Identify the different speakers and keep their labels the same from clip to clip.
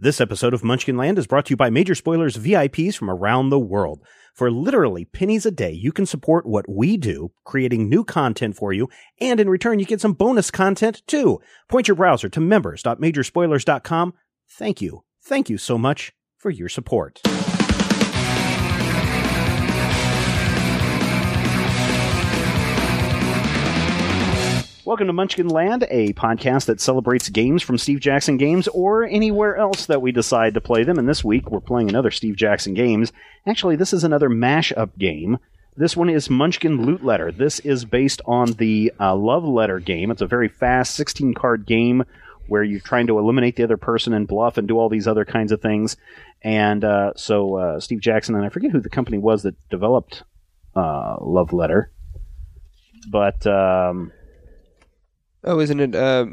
Speaker 1: This episode of Munchkin Land is brought to you by Major Spoilers VIPs from around the world. For literally pennies a day, you can support what we do, creating new content for you, and in return, you get some bonus content too. Point your browser to members.majorspoilers.com. Thank you. Thank you so much for your support. Welcome to Munchkin Land, a podcast that celebrates games from Steve Jackson Games or anywhere else that we decide to play them. And this week we're playing another Steve Jackson Games. Actually, this is another mashup game. This one is Munchkin Loot Letter. This is based on the uh, Love Letter game. It's a very fast 16 card game where you're trying to eliminate the other person and bluff and do all these other kinds of things. And uh, so uh, Steve Jackson, and I forget who the company was that developed uh, Love Letter, but. Um,
Speaker 2: Oh, isn't it? Uh,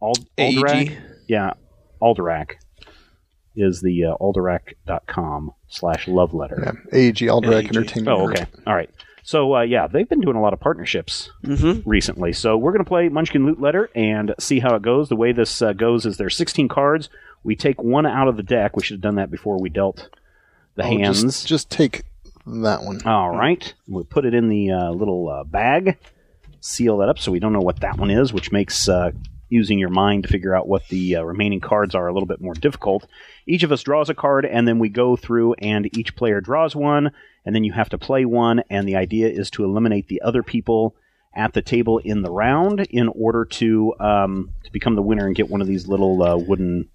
Speaker 1: Ald-
Speaker 2: AEG?
Speaker 3: E
Speaker 1: Alderac? Yeah, Alderac is the uh, alderac.com slash love letter.
Speaker 3: Yeah, AEG Alderac
Speaker 2: AEG.
Speaker 3: Entertainment.
Speaker 1: Oh,
Speaker 3: Group.
Speaker 1: okay. All right. So, uh, yeah, they've been doing a lot of partnerships
Speaker 2: mm-hmm.
Speaker 1: recently. So, we're going to play Munchkin Loot Letter and see how it goes. The way this uh, goes is there's 16 cards. We take one out of the deck. We should have done that before we dealt the
Speaker 3: Oh,
Speaker 1: hands. Uh.
Speaker 3: Just, just take that one.
Speaker 1: All right. We put it in the uh, little uh, bag, seal that up so we don't know what that one is, which makes uh, using your mind to figure out what the uh, remaining cards are a little bit more difficult. Each of us draws a card, and then we go through, and each player draws one, and then you have to play one, and the idea is to eliminate the other people at the table in the round in order to um, to become the winner and get one of these little uh, wooden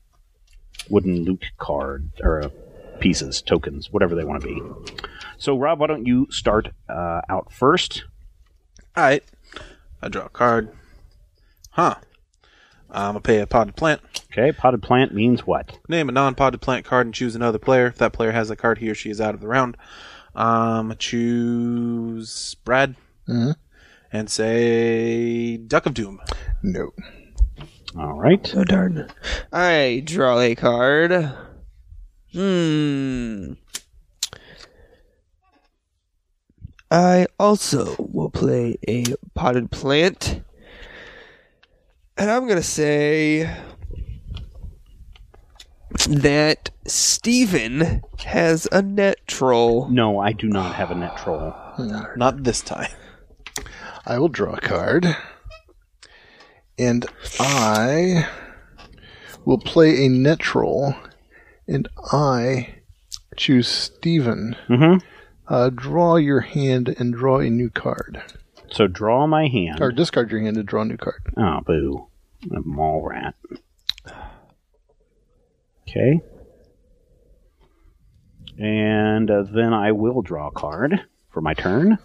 Speaker 1: wooden loot card or uh, pieces, tokens, whatever they want to be. So, Rob, why don't you start uh, out first?
Speaker 2: All right.
Speaker 4: I draw a card. Huh. I'm going to pay a potted plant.
Speaker 1: Okay, potted plant means what?
Speaker 4: Name a non potted plant card and choose another player. If that player has a card, he or she is out of the round. Um, choose Brad
Speaker 3: Mhm.
Speaker 4: and say Duck of Doom.
Speaker 3: No.
Speaker 1: All right.
Speaker 2: Oh darn. I draw a card. Hmm. I also will play a potted plant. And I'm going to say that Steven has a net troll.
Speaker 1: No, I do not have a net troll.
Speaker 4: Not this time.
Speaker 3: I will draw a card. And I will play a Netrol. And I choose Steven.
Speaker 1: Mm-hmm.
Speaker 3: Uh, draw your hand and draw a new card.
Speaker 1: So draw my hand.
Speaker 3: Or discard your hand and draw a new card.
Speaker 1: Oh, boo. A mall rat. Okay. And uh, then I will draw a card for my turn.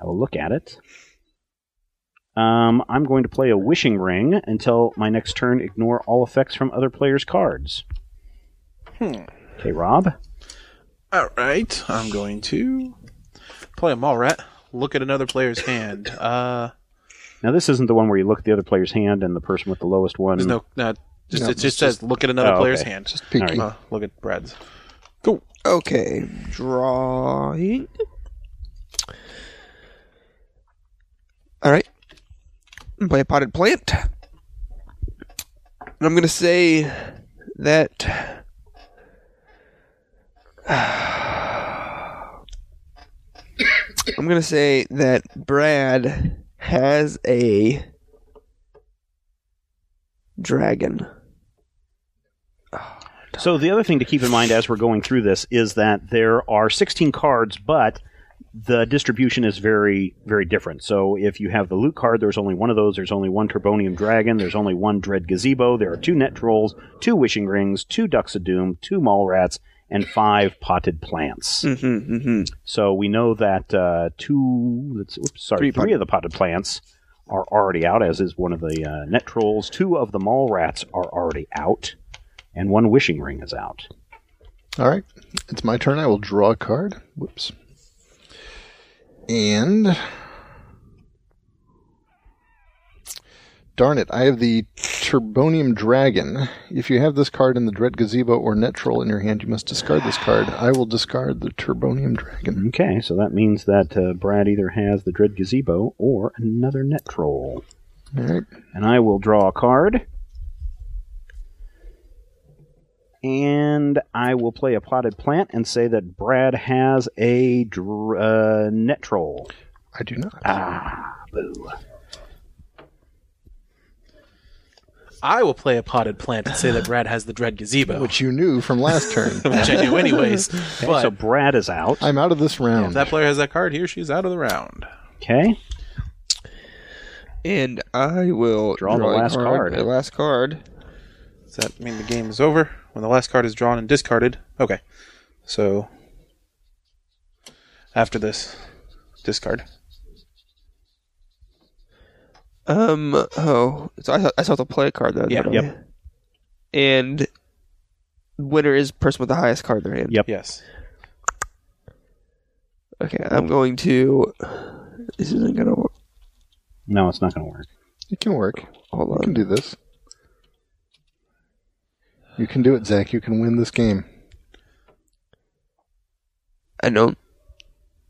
Speaker 1: I will look at it. Um, I'm going to play a wishing ring until my next turn. Ignore all effects from other players' cards. Hmm. Okay, Rob.
Speaker 4: All right. I'm going to play a mall rat. Look at another player's hand. Uh,
Speaker 1: Now this isn't the one where you look at the other player's hand and the person with the lowest one.
Speaker 4: there's no. no just,
Speaker 3: No,
Speaker 4: it just says look at another
Speaker 1: Oh,
Speaker 4: player's
Speaker 1: okay.
Speaker 4: hand.
Speaker 3: Just peeking.
Speaker 4: Uh, look at Brad's.
Speaker 2: Okay, drawing. All right. Play a potted plant. And I'm going to say that. I'm going to say that Brad has a dragon.
Speaker 1: So the other thing to keep in mind as we're going through this is that there are 16 cards, but the distribution is very, very different. So if you have the loot card, there's only one of those. There's only one Turbonium Dragon. There's only one Dread Gazebo. There are two Net Trolls, two Wishing Rings, two Ducks of Doom, two Mall Rats, and five Potted Plants.
Speaker 2: Mm-hmm, mm-hmm.
Speaker 1: So we know that uh, two, let's, oops, sorry, three, of the potted plants are already out, as is one of the uh, net trolls. Two of the mall rats are already out, and one wishing ring is out.
Speaker 3: All right. It's my turn. I will draw a card. Whoops. And. Darn it, I have the Turbonium Dragon. If you have this card in the Dread Gazebo or Net Troll in your hand, you must discard this card. I will discard the Turbonium Dragon.
Speaker 1: Okay, so that means that uh, Brad either has the Dread Gazebo or another net troll.
Speaker 3: All right.
Speaker 1: And I will draw a card. And I will play a potted plant and say that Brad has a dr- uh, net troll.
Speaker 3: I do not.
Speaker 1: Ah, boo.
Speaker 4: I will play a potted plant and say that Brad has the dread gazebo, which,
Speaker 3: Which you knew from last turn.
Speaker 4: I knew anyways. but
Speaker 1: so Brad is out.
Speaker 3: I'm out of this
Speaker 4: if
Speaker 3: round.
Speaker 4: that player has that card, he or she's out of the round.
Speaker 1: Okay.
Speaker 2: And I will
Speaker 1: Draw the
Speaker 2: a
Speaker 1: last card.
Speaker 2: The last card.
Speaker 4: Does that mean the game is over when the last card is drawn and discarded? Okay, so after this, discard.
Speaker 2: Um. Oh, so I thought I saw the play card though.
Speaker 4: Yeah.
Speaker 1: Yep.
Speaker 2: And winner is person with the highest card in their hand.
Speaker 1: Yep.
Speaker 4: Yes.
Speaker 2: Okay, I'm going to. This isn't gonna work.
Speaker 1: No, it's not going to work.
Speaker 3: It can work.
Speaker 2: Hold
Speaker 3: You can
Speaker 2: on.
Speaker 3: do this. You can do it, Zach. You can win this game.
Speaker 2: I don't.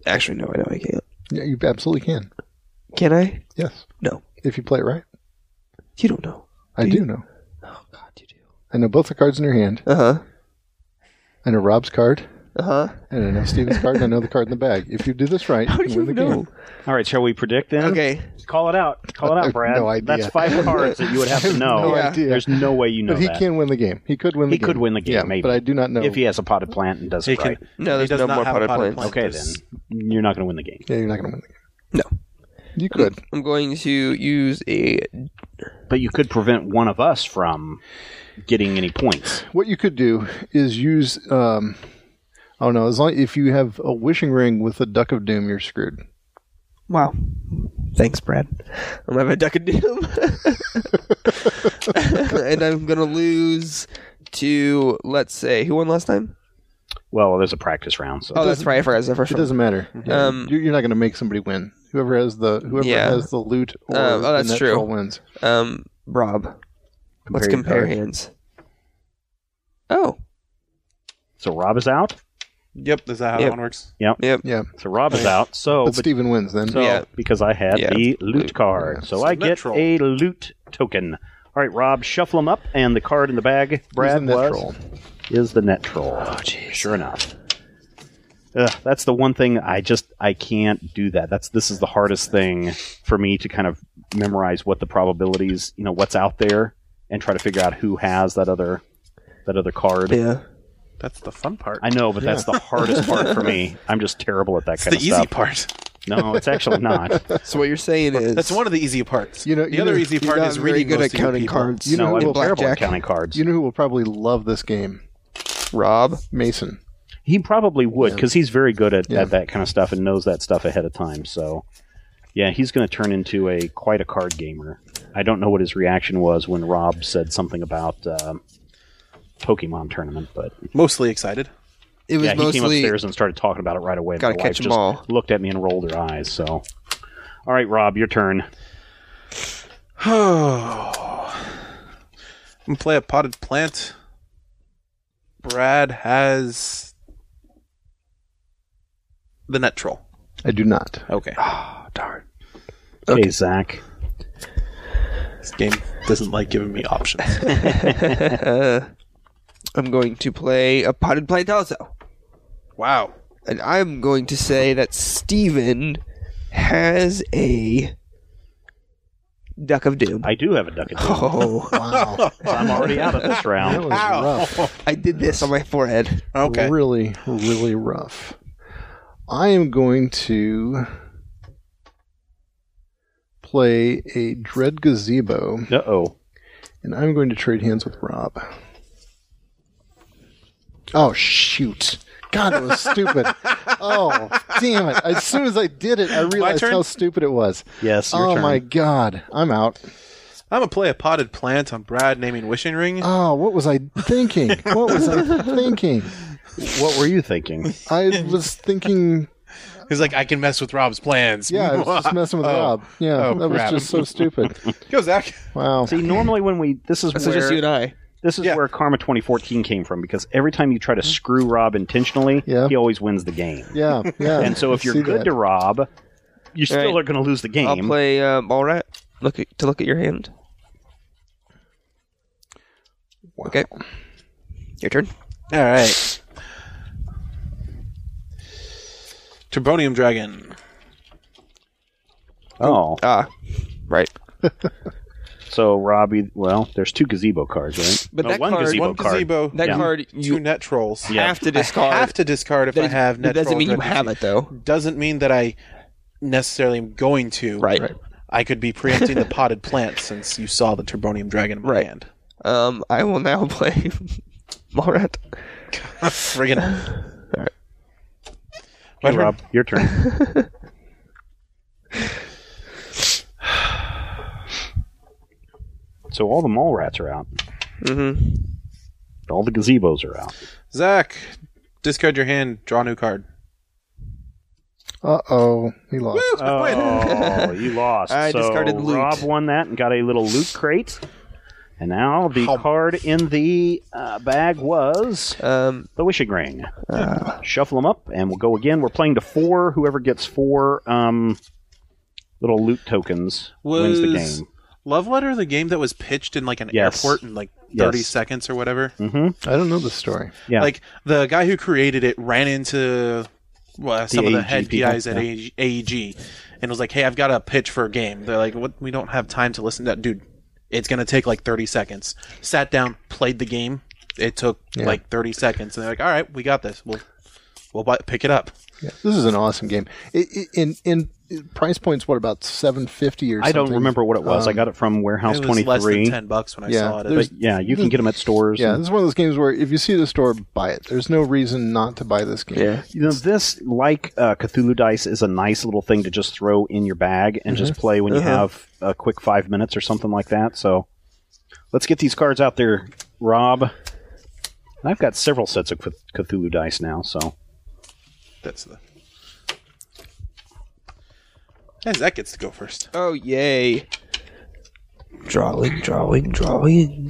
Speaker 2: Actually, no, I know I can't.
Speaker 3: Yeah, you absolutely can.
Speaker 2: Can I?
Speaker 3: Yes.
Speaker 2: No,
Speaker 3: If you play it right.
Speaker 2: you don't know.
Speaker 3: I do know.
Speaker 2: Oh God, you do.
Speaker 3: I know both the cards in your hand.
Speaker 2: Uh huh.
Speaker 3: I know Rob's card,
Speaker 2: Uh huh.
Speaker 3: and I know Steven's card, and I know the card in the bag. If you do this right,
Speaker 2: How do
Speaker 3: you win
Speaker 2: you
Speaker 3: the
Speaker 2: know?
Speaker 3: game.
Speaker 1: All right, shall we predict then?
Speaker 2: Okay.
Speaker 1: Call it out. Call it out, Brad.
Speaker 3: No idea.
Speaker 1: That's five cards that you would have to know.
Speaker 3: no Yeah. idea.
Speaker 1: There's no way you know
Speaker 3: But he
Speaker 1: that.
Speaker 3: can win the game. He could win the
Speaker 1: He
Speaker 3: game.
Speaker 1: could win the game,
Speaker 3: yeah,
Speaker 1: maybe.
Speaker 3: But I do not know.
Speaker 1: if he has a potted plant and does
Speaker 4: He
Speaker 1: it
Speaker 4: can-
Speaker 1: right.
Speaker 2: No,
Speaker 4: He
Speaker 2: there's
Speaker 4: does
Speaker 2: no
Speaker 4: not
Speaker 2: more
Speaker 4: have a
Speaker 2: potted plants.
Speaker 4: potted plant.
Speaker 1: Okay, then
Speaker 4: There's-
Speaker 1: you're not going to win the game.
Speaker 3: yeah, you're not going to win the game.
Speaker 2: No.
Speaker 3: You could.
Speaker 2: I'm going to use a.
Speaker 1: But you could prevent one of us from getting any points.
Speaker 3: What you could do is use. Um, I don't know. As long if you have a wishing ring with a duck of doom, you're screwed.
Speaker 2: Wow. Thanks, Brad. I'm having a duck and doom. and I'm gonna lose to let's say who won last time?
Speaker 1: Well, there's a practice round, so
Speaker 2: Oh, that's right. I forgot it was the first
Speaker 3: It
Speaker 2: one.
Speaker 3: doesn't matter. Yeah,
Speaker 2: Um,
Speaker 3: you're, you're not going to make somebody win. Whoever has the whoever
Speaker 2: Yeah.
Speaker 3: has the loot or
Speaker 2: Uh, oh,
Speaker 3: the
Speaker 2: that's
Speaker 3: net
Speaker 2: true.
Speaker 3: troll wins.
Speaker 2: Um, Rob, let's
Speaker 3: your
Speaker 2: compare
Speaker 3: cards.
Speaker 2: hands. Oh,
Speaker 1: so Rob is out.
Speaker 4: Yep. Is that how
Speaker 2: Yep.
Speaker 4: that one works?
Speaker 1: Yep.
Speaker 2: yep.
Speaker 3: Yeah,
Speaker 1: So Rob is out. So,
Speaker 3: but
Speaker 1: Oh, but-
Speaker 3: Steven wins then.
Speaker 1: so
Speaker 2: Yeah.
Speaker 1: because I had
Speaker 2: Yeah.
Speaker 1: the loot card, so I
Speaker 4: Net
Speaker 1: get
Speaker 4: troll.
Speaker 1: a loot token. All right, Rob, shuffle them up, and the card in the bag, Brad
Speaker 3: the net
Speaker 1: was-
Speaker 3: troll?
Speaker 1: is the net troll. Oh, Sure enough. Ugh, that's the one thing I just I can't do that. That's this is the hardest thing for me to kind of memorize what the probabilities, you know, what's out there, and try to figure out who has that other that other card.
Speaker 2: Yeah.
Speaker 4: That's the fun part.
Speaker 1: I know, but that's the hardest part for me. I'm just terrible at that
Speaker 4: It's
Speaker 1: kind
Speaker 4: the
Speaker 1: of
Speaker 4: easy
Speaker 1: stuff.
Speaker 4: part.
Speaker 1: No, it's actually not.
Speaker 2: So what you're saying is
Speaker 4: That's one of the easy parts.
Speaker 3: You know-
Speaker 4: the
Speaker 3: you
Speaker 4: other
Speaker 3: know-
Speaker 4: easy part
Speaker 2: you're not
Speaker 4: is
Speaker 2: very
Speaker 4: reading
Speaker 2: good
Speaker 4: most
Speaker 2: at
Speaker 4: of your
Speaker 2: counting
Speaker 4: people.
Speaker 2: cards.
Speaker 3: You know
Speaker 1: no,
Speaker 3: who
Speaker 1: I'm
Speaker 3: will-
Speaker 1: terrible at
Speaker 2: blackjack?
Speaker 1: counting cards.
Speaker 3: You know who will probably love this game?
Speaker 2: Rob.
Speaker 3: Mason.
Speaker 1: He probably would because he's very good at,
Speaker 3: Yeah.
Speaker 1: at that kind of stuff and knows that stuff ahead of time. So, yeah, he's going to turn into a quite a card gamer. I don't know what his reaction was when Rob said something about um, Pokemon tournament, but
Speaker 4: Mostly excited.
Speaker 2: It was
Speaker 1: yeah, he came
Speaker 2: mostly
Speaker 1: upstairs and started talking about it right away.
Speaker 2: Gotta
Speaker 1: My
Speaker 2: catch
Speaker 1: wife
Speaker 2: 'em
Speaker 1: just
Speaker 2: all.
Speaker 1: Looked at me and rolled her eyes. So, all right, Rob, your turn.
Speaker 4: Oh. I'm gonna play a potted plant. Brad has the net troll.
Speaker 3: I do not.
Speaker 4: Okay.
Speaker 2: oh, darn.
Speaker 1: Okay, Zach.
Speaker 4: This game doesn't like giving me options.
Speaker 2: I'm going to play a potted plant also,
Speaker 4: wow.
Speaker 2: and I'm going to say that Steven has a Duck of Doom.
Speaker 1: I do have a duck and doom.
Speaker 2: oh,
Speaker 3: Wow.
Speaker 1: I'm already out of this
Speaker 3: that
Speaker 1: round.
Speaker 3: was rough.
Speaker 2: I did this on my forehead.
Speaker 4: Okay.
Speaker 3: Really, really rough. I am going to play a Dread Gazebo,
Speaker 1: Uh oh.
Speaker 3: and I'm going to trade hands with Rob. Oh, shoot. God, it was stupid. oh, damn it. As soon as I did it, I realized
Speaker 4: turn?
Speaker 3: how stupid it was.
Speaker 1: Yes, your
Speaker 3: oh,
Speaker 1: turn.
Speaker 3: my God. I'm out.
Speaker 4: I'm gonna play a potted plant on Brad naming wishing
Speaker 2: Uh,
Speaker 4: ring.
Speaker 3: Oh, what was I thinking? what was I thinking?
Speaker 1: What were you thinking?
Speaker 3: I was thinking
Speaker 5: He's like, I can mess with Rob's plans.
Speaker 3: Yeah, I was just messing with Rob. Yeah,
Speaker 5: Oh,
Speaker 3: that
Speaker 5: crap.
Speaker 3: was just so stupid.
Speaker 4: Yo, Zach.
Speaker 3: Wow.
Speaker 1: See, normally when we this is
Speaker 2: So
Speaker 1: where
Speaker 2: just you and I.
Speaker 1: this is
Speaker 4: Yeah.
Speaker 1: where Karma 2014 came from because every time you try to screw Rob intentionally,
Speaker 3: Yeah.
Speaker 1: he always wins the game.
Speaker 3: yeah, yeah.
Speaker 1: And so if
Speaker 3: I
Speaker 1: you're
Speaker 3: see
Speaker 1: good
Speaker 3: that.
Speaker 1: to Rob, you still
Speaker 2: Right.
Speaker 1: are going to lose the game.
Speaker 2: I'll play um, all right. Look at, to look at your hand. Okay, your turn.
Speaker 4: All right. Turbonium dragon.
Speaker 1: oh,
Speaker 2: Ah, right.
Speaker 1: so Robbie, well, there's two gazebo cards, right?
Speaker 2: But
Speaker 1: No,
Speaker 2: that
Speaker 1: one
Speaker 2: card-
Speaker 1: gazebo
Speaker 4: One
Speaker 1: card.
Speaker 4: gazebo.
Speaker 2: That
Speaker 4: two-
Speaker 2: card
Speaker 4: two
Speaker 2: you
Speaker 4: net trolls.
Speaker 1: Yeah.
Speaker 2: have to discard.
Speaker 4: I have to discard if
Speaker 2: That
Speaker 4: I
Speaker 2: is-
Speaker 4: have net
Speaker 2: that doesn't
Speaker 4: troll
Speaker 2: mean you
Speaker 4: dread
Speaker 2: have
Speaker 4: disease.
Speaker 2: it though.
Speaker 4: Doesn't mean that I necessarily am going to.
Speaker 2: Right.
Speaker 4: I could be preempting the potted plant since you saw the Turbonium dragon in my
Speaker 2: Right.
Speaker 4: hand.
Speaker 2: Um, I will now play um, Morat.
Speaker 4: Friggin' My
Speaker 1: Hey,
Speaker 4: turn.
Speaker 1: Rob, your turn. so all the mall rats are out.
Speaker 2: Mm-hmm.
Speaker 1: All the gazebos are out.
Speaker 4: Zach, discard your hand. Draw a new card.
Speaker 3: Uh oh, he lost.
Speaker 1: Oh, you lost.
Speaker 2: I
Speaker 1: so
Speaker 2: discarded loot.
Speaker 1: Rob won that and got a little loot crate. And now the card in the uh, bag was
Speaker 2: Um,
Speaker 1: the wishing ring.
Speaker 2: Ah.
Speaker 1: Shuffle them up, and we'll go again. We're playing to four. Whoever gets four um, little loot tokens wins the
Speaker 4: Was-
Speaker 1: game.
Speaker 4: Love Letter, the game that was pitched in like an
Speaker 1: Yes.
Speaker 4: airport in like 30
Speaker 1: Yes.
Speaker 4: seconds or whatever.
Speaker 3: I don't know this story.
Speaker 1: Yeah,
Speaker 4: Like the guy who created it ran into well, some of the
Speaker 1: AEG
Speaker 4: head
Speaker 1: people,
Speaker 4: guys at AEG, AEG E and was like, "Hey, I've got a pitch for a game." They're like, "What? We don't have time to listen to that dude. It's gonna take like 30 seconds." Sat down, played the game. It took like 30 seconds, and they're like, "All right, we got this. We'll we'll buy, pick it up."
Speaker 3: Yeah, this is an awesome game. It, it, in in price points, what about seven fifty or?
Speaker 1: I don't
Speaker 3: something?
Speaker 1: remember what it was. I
Speaker 3: Um,
Speaker 1: got it from Warehouse
Speaker 4: it was less than
Speaker 1: 23.
Speaker 4: 10 bucks when I
Speaker 3: Yeah,
Speaker 4: saw it.
Speaker 3: there's-
Speaker 4: But
Speaker 1: But yeah, you can get them at stores.
Speaker 3: Yeah,
Speaker 1: and-
Speaker 3: this is one of those games where if you see it at a store, buy it. There's no reason not to buy this game.
Speaker 2: yeah.
Speaker 1: You know, this, like uh, Cthulhu Dice, is a nice little thing to just throw in your bag and
Speaker 4: Mm-hmm.
Speaker 1: just play when you
Speaker 4: Uh-huh.
Speaker 1: have a quick five minutes or something like that. So let's get these cards out there, Rob. And I've got several sets of Cth- Cthulhu Dice now, so.
Speaker 4: that's the. Hey, Zach gets to go first.
Speaker 2: Oh yay! Drawing, drawing, drawing.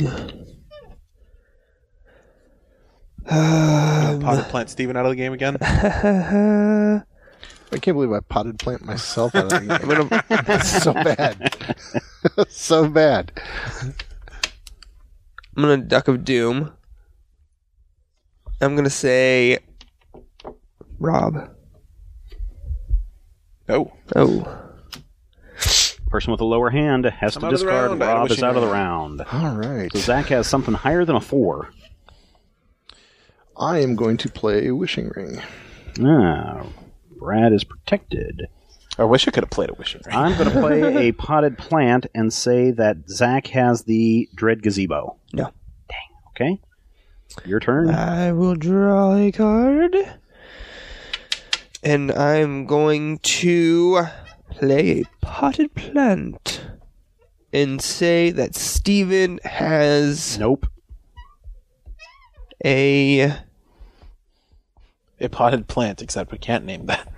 Speaker 4: Potted plant Steven out of the game again.
Speaker 3: I can't believe I potted plant myself out of the game.
Speaker 2: I'm gonna,
Speaker 3: That's so bad. so bad.
Speaker 2: I'm gonna duck of doom. I'm gonna say, Rob.
Speaker 4: Oh.
Speaker 2: Oh,
Speaker 1: Person with a lower hand has
Speaker 4: I'm
Speaker 1: to
Speaker 4: out of the
Speaker 1: discard.
Speaker 4: round. I had a
Speaker 1: Rob is
Speaker 4: wishing
Speaker 1: out of the
Speaker 4: ring.
Speaker 1: round.
Speaker 3: All right.
Speaker 1: So Zach has something higher than a four.
Speaker 3: I am going to play Wishing Ring.
Speaker 1: Ah, Brad is protected.
Speaker 4: I wish I could have played a wishing ring.
Speaker 1: I'm going to play a potted plant and say that Zach has the Dread Gazebo.
Speaker 2: No. Uh,
Speaker 1: Okay. Your turn.
Speaker 2: I will draw a card, and I'm going to play a potted plant, and say that Steven has
Speaker 1: nope.
Speaker 2: a
Speaker 4: A potted plant, except we can't name that.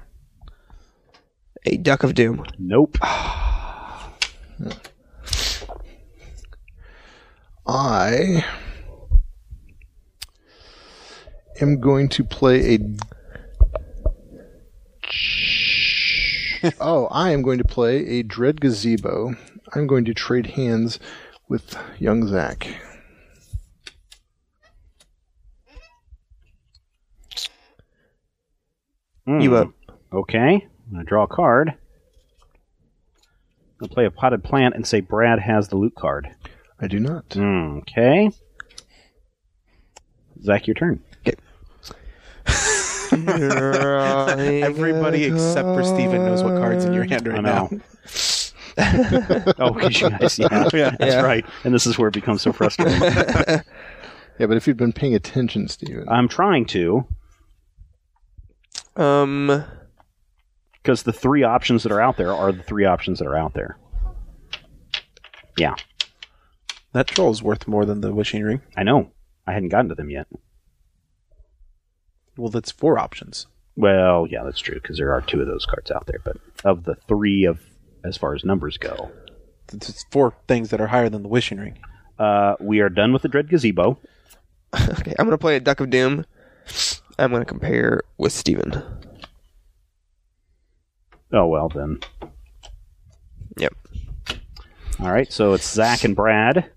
Speaker 2: a duck of doom.
Speaker 1: Nope.
Speaker 3: I am going to play a. oh, I am going to play a Dread Gazebo. I'm going to trade hands with young Zach.
Speaker 1: Hmm.
Speaker 2: You up?
Speaker 1: Hmm.
Speaker 3: uh,
Speaker 1: Okay. I'm going to draw a card. We'll play a potted plant and say Brad has the loot card.
Speaker 3: I do not.
Speaker 1: Okay. Zach, your turn.
Speaker 4: Everybody except for Steven knows what cards in your hand right
Speaker 1: I
Speaker 4: now.
Speaker 1: know. oh, because you guys, yeah, that's
Speaker 2: Yeah.
Speaker 1: right. And this is where it becomes so frustrating.
Speaker 3: Yeah, but if you'd been paying attention, Steven.
Speaker 1: I'm trying to,
Speaker 2: Um,
Speaker 1: because the three options that are out there are the three options that are out there. Yeah,
Speaker 4: That troll's worth more than the wishing ring.
Speaker 1: I know. I hadn't gotten to them yet.
Speaker 4: Well, that's four options.
Speaker 1: Well, yeah, that's true, because there are two of those cards out there. But of the three of, as far as numbers go,
Speaker 4: It's four things that are higher than the wishing ring.
Speaker 1: uh, we are done with the dread gazebo.
Speaker 2: okay, I'm gonna play a Duck of Doom. I'm gonna compare with Steven.
Speaker 1: Oh well, then.
Speaker 2: Yep.
Speaker 1: All right, so it's Zach and Brad,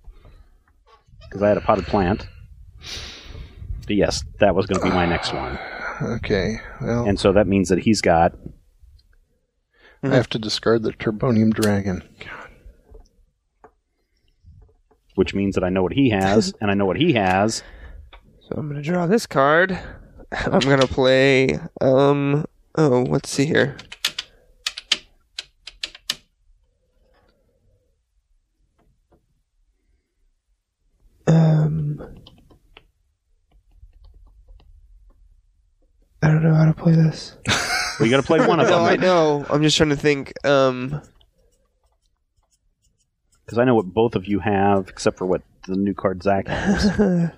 Speaker 1: because I had a potted plant. But yes, that was going to be my next one,
Speaker 3: Okay. Well,
Speaker 1: and so that means that he's got
Speaker 3: I have to discard the Turbonium Dragon.
Speaker 1: which means that I know what he has, and I know what he has.
Speaker 2: So I'm gonna draw this card. I'm gonna play. Um. Oh, let's see here. Um. I don't know how to play this.
Speaker 1: Well, you got to play one of
Speaker 2: No, I
Speaker 1: them
Speaker 2: know. I'm just trying to think. Um.
Speaker 1: because I know what both of you have, except for what the new card Zach has.
Speaker 4: I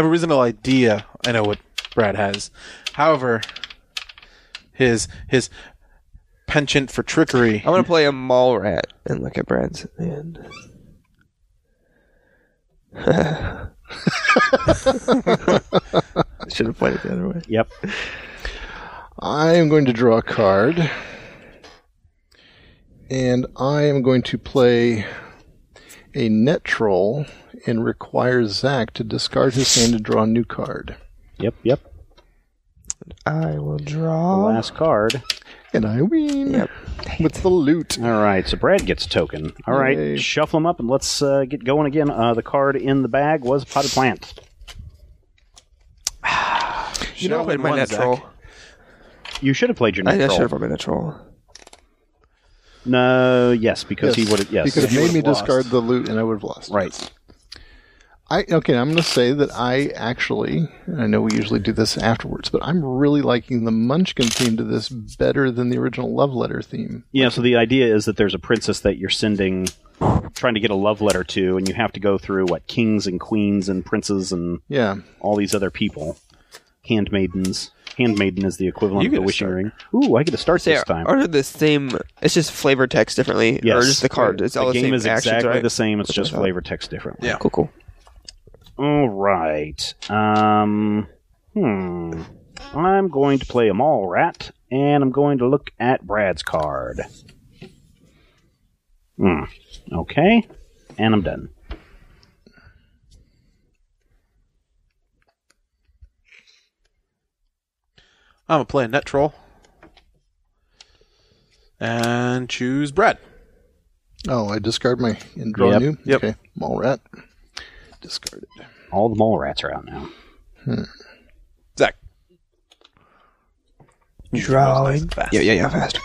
Speaker 4: have a reasonable idea. I know what Brad has. However, his his penchant for trickery.
Speaker 2: I'm gonna play a mall rat and look at Brad's hand. Should have played it the other way.
Speaker 1: yep.
Speaker 3: I am going to draw a card. And I am going to play a net troll and require Zach to discard his hand to draw a new card.
Speaker 1: Yep. Yep.
Speaker 2: I will
Speaker 1: The
Speaker 2: draw.
Speaker 1: last card.
Speaker 3: And I win
Speaker 2: Yep.
Speaker 3: with the loot.
Speaker 1: All right, so Brad gets a token. All right,
Speaker 3: Yay.
Speaker 1: shuffle them up and let's uh, get going again. Uh, the card in the bag was potted plant.
Speaker 2: You know, I played my
Speaker 4: one,
Speaker 2: net
Speaker 4: Zach.
Speaker 2: troll.
Speaker 1: You should have played your
Speaker 2: I, I
Speaker 1: net
Speaker 2: should
Speaker 1: roll.
Speaker 2: have played my net troll.
Speaker 1: No, yes, because he would have. Yes,
Speaker 3: He could have
Speaker 1: You
Speaker 3: made me
Speaker 1: would've lost.
Speaker 3: discard the loot and I would have lost.
Speaker 1: Right.
Speaker 3: I okay, I'm going to say that I actually, and I know we usually do this afterwards, but I'm really liking the Munchkin theme to this better than the original love letter theme.
Speaker 1: Yeah. So the idea is that there's a princess that you're sending, trying to get a love letter to, and you have to go through what kings and queens and princes and
Speaker 3: Yeah.
Speaker 1: all these other people, handmaidens. Handmaiden is the equivalent
Speaker 4: You
Speaker 1: of the
Speaker 4: get a
Speaker 1: wishing
Speaker 4: start.
Speaker 1: ring. Ooh, I get to start
Speaker 2: They
Speaker 1: this time.
Speaker 2: are the same. It's just flavor text differently,
Speaker 1: yes,
Speaker 2: or just the card. It's all the,
Speaker 1: game
Speaker 2: same
Speaker 1: is
Speaker 2: actions,
Speaker 1: exactly
Speaker 2: right?
Speaker 1: the same. It's just
Speaker 2: I thought.
Speaker 1: flavor text differently.
Speaker 4: Yeah.
Speaker 2: Cool, cool.
Speaker 1: All right. Um, hmm. I'm going to play a mall rat, and I'm going to look at Brad's card. Hmm. Okay. And I'm done.
Speaker 4: I'm gonna play a net troll and choose Brad.
Speaker 3: Oh, I discard my and draw
Speaker 1: Yep.
Speaker 3: new.
Speaker 4: Yep.
Speaker 3: Okay, mall rat. Discarded.
Speaker 1: All the mole rats are out now.
Speaker 4: Zach.
Speaker 2: Drawing.
Speaker 4: Yeah, yeah, yeah.
Speaker 2: Fast.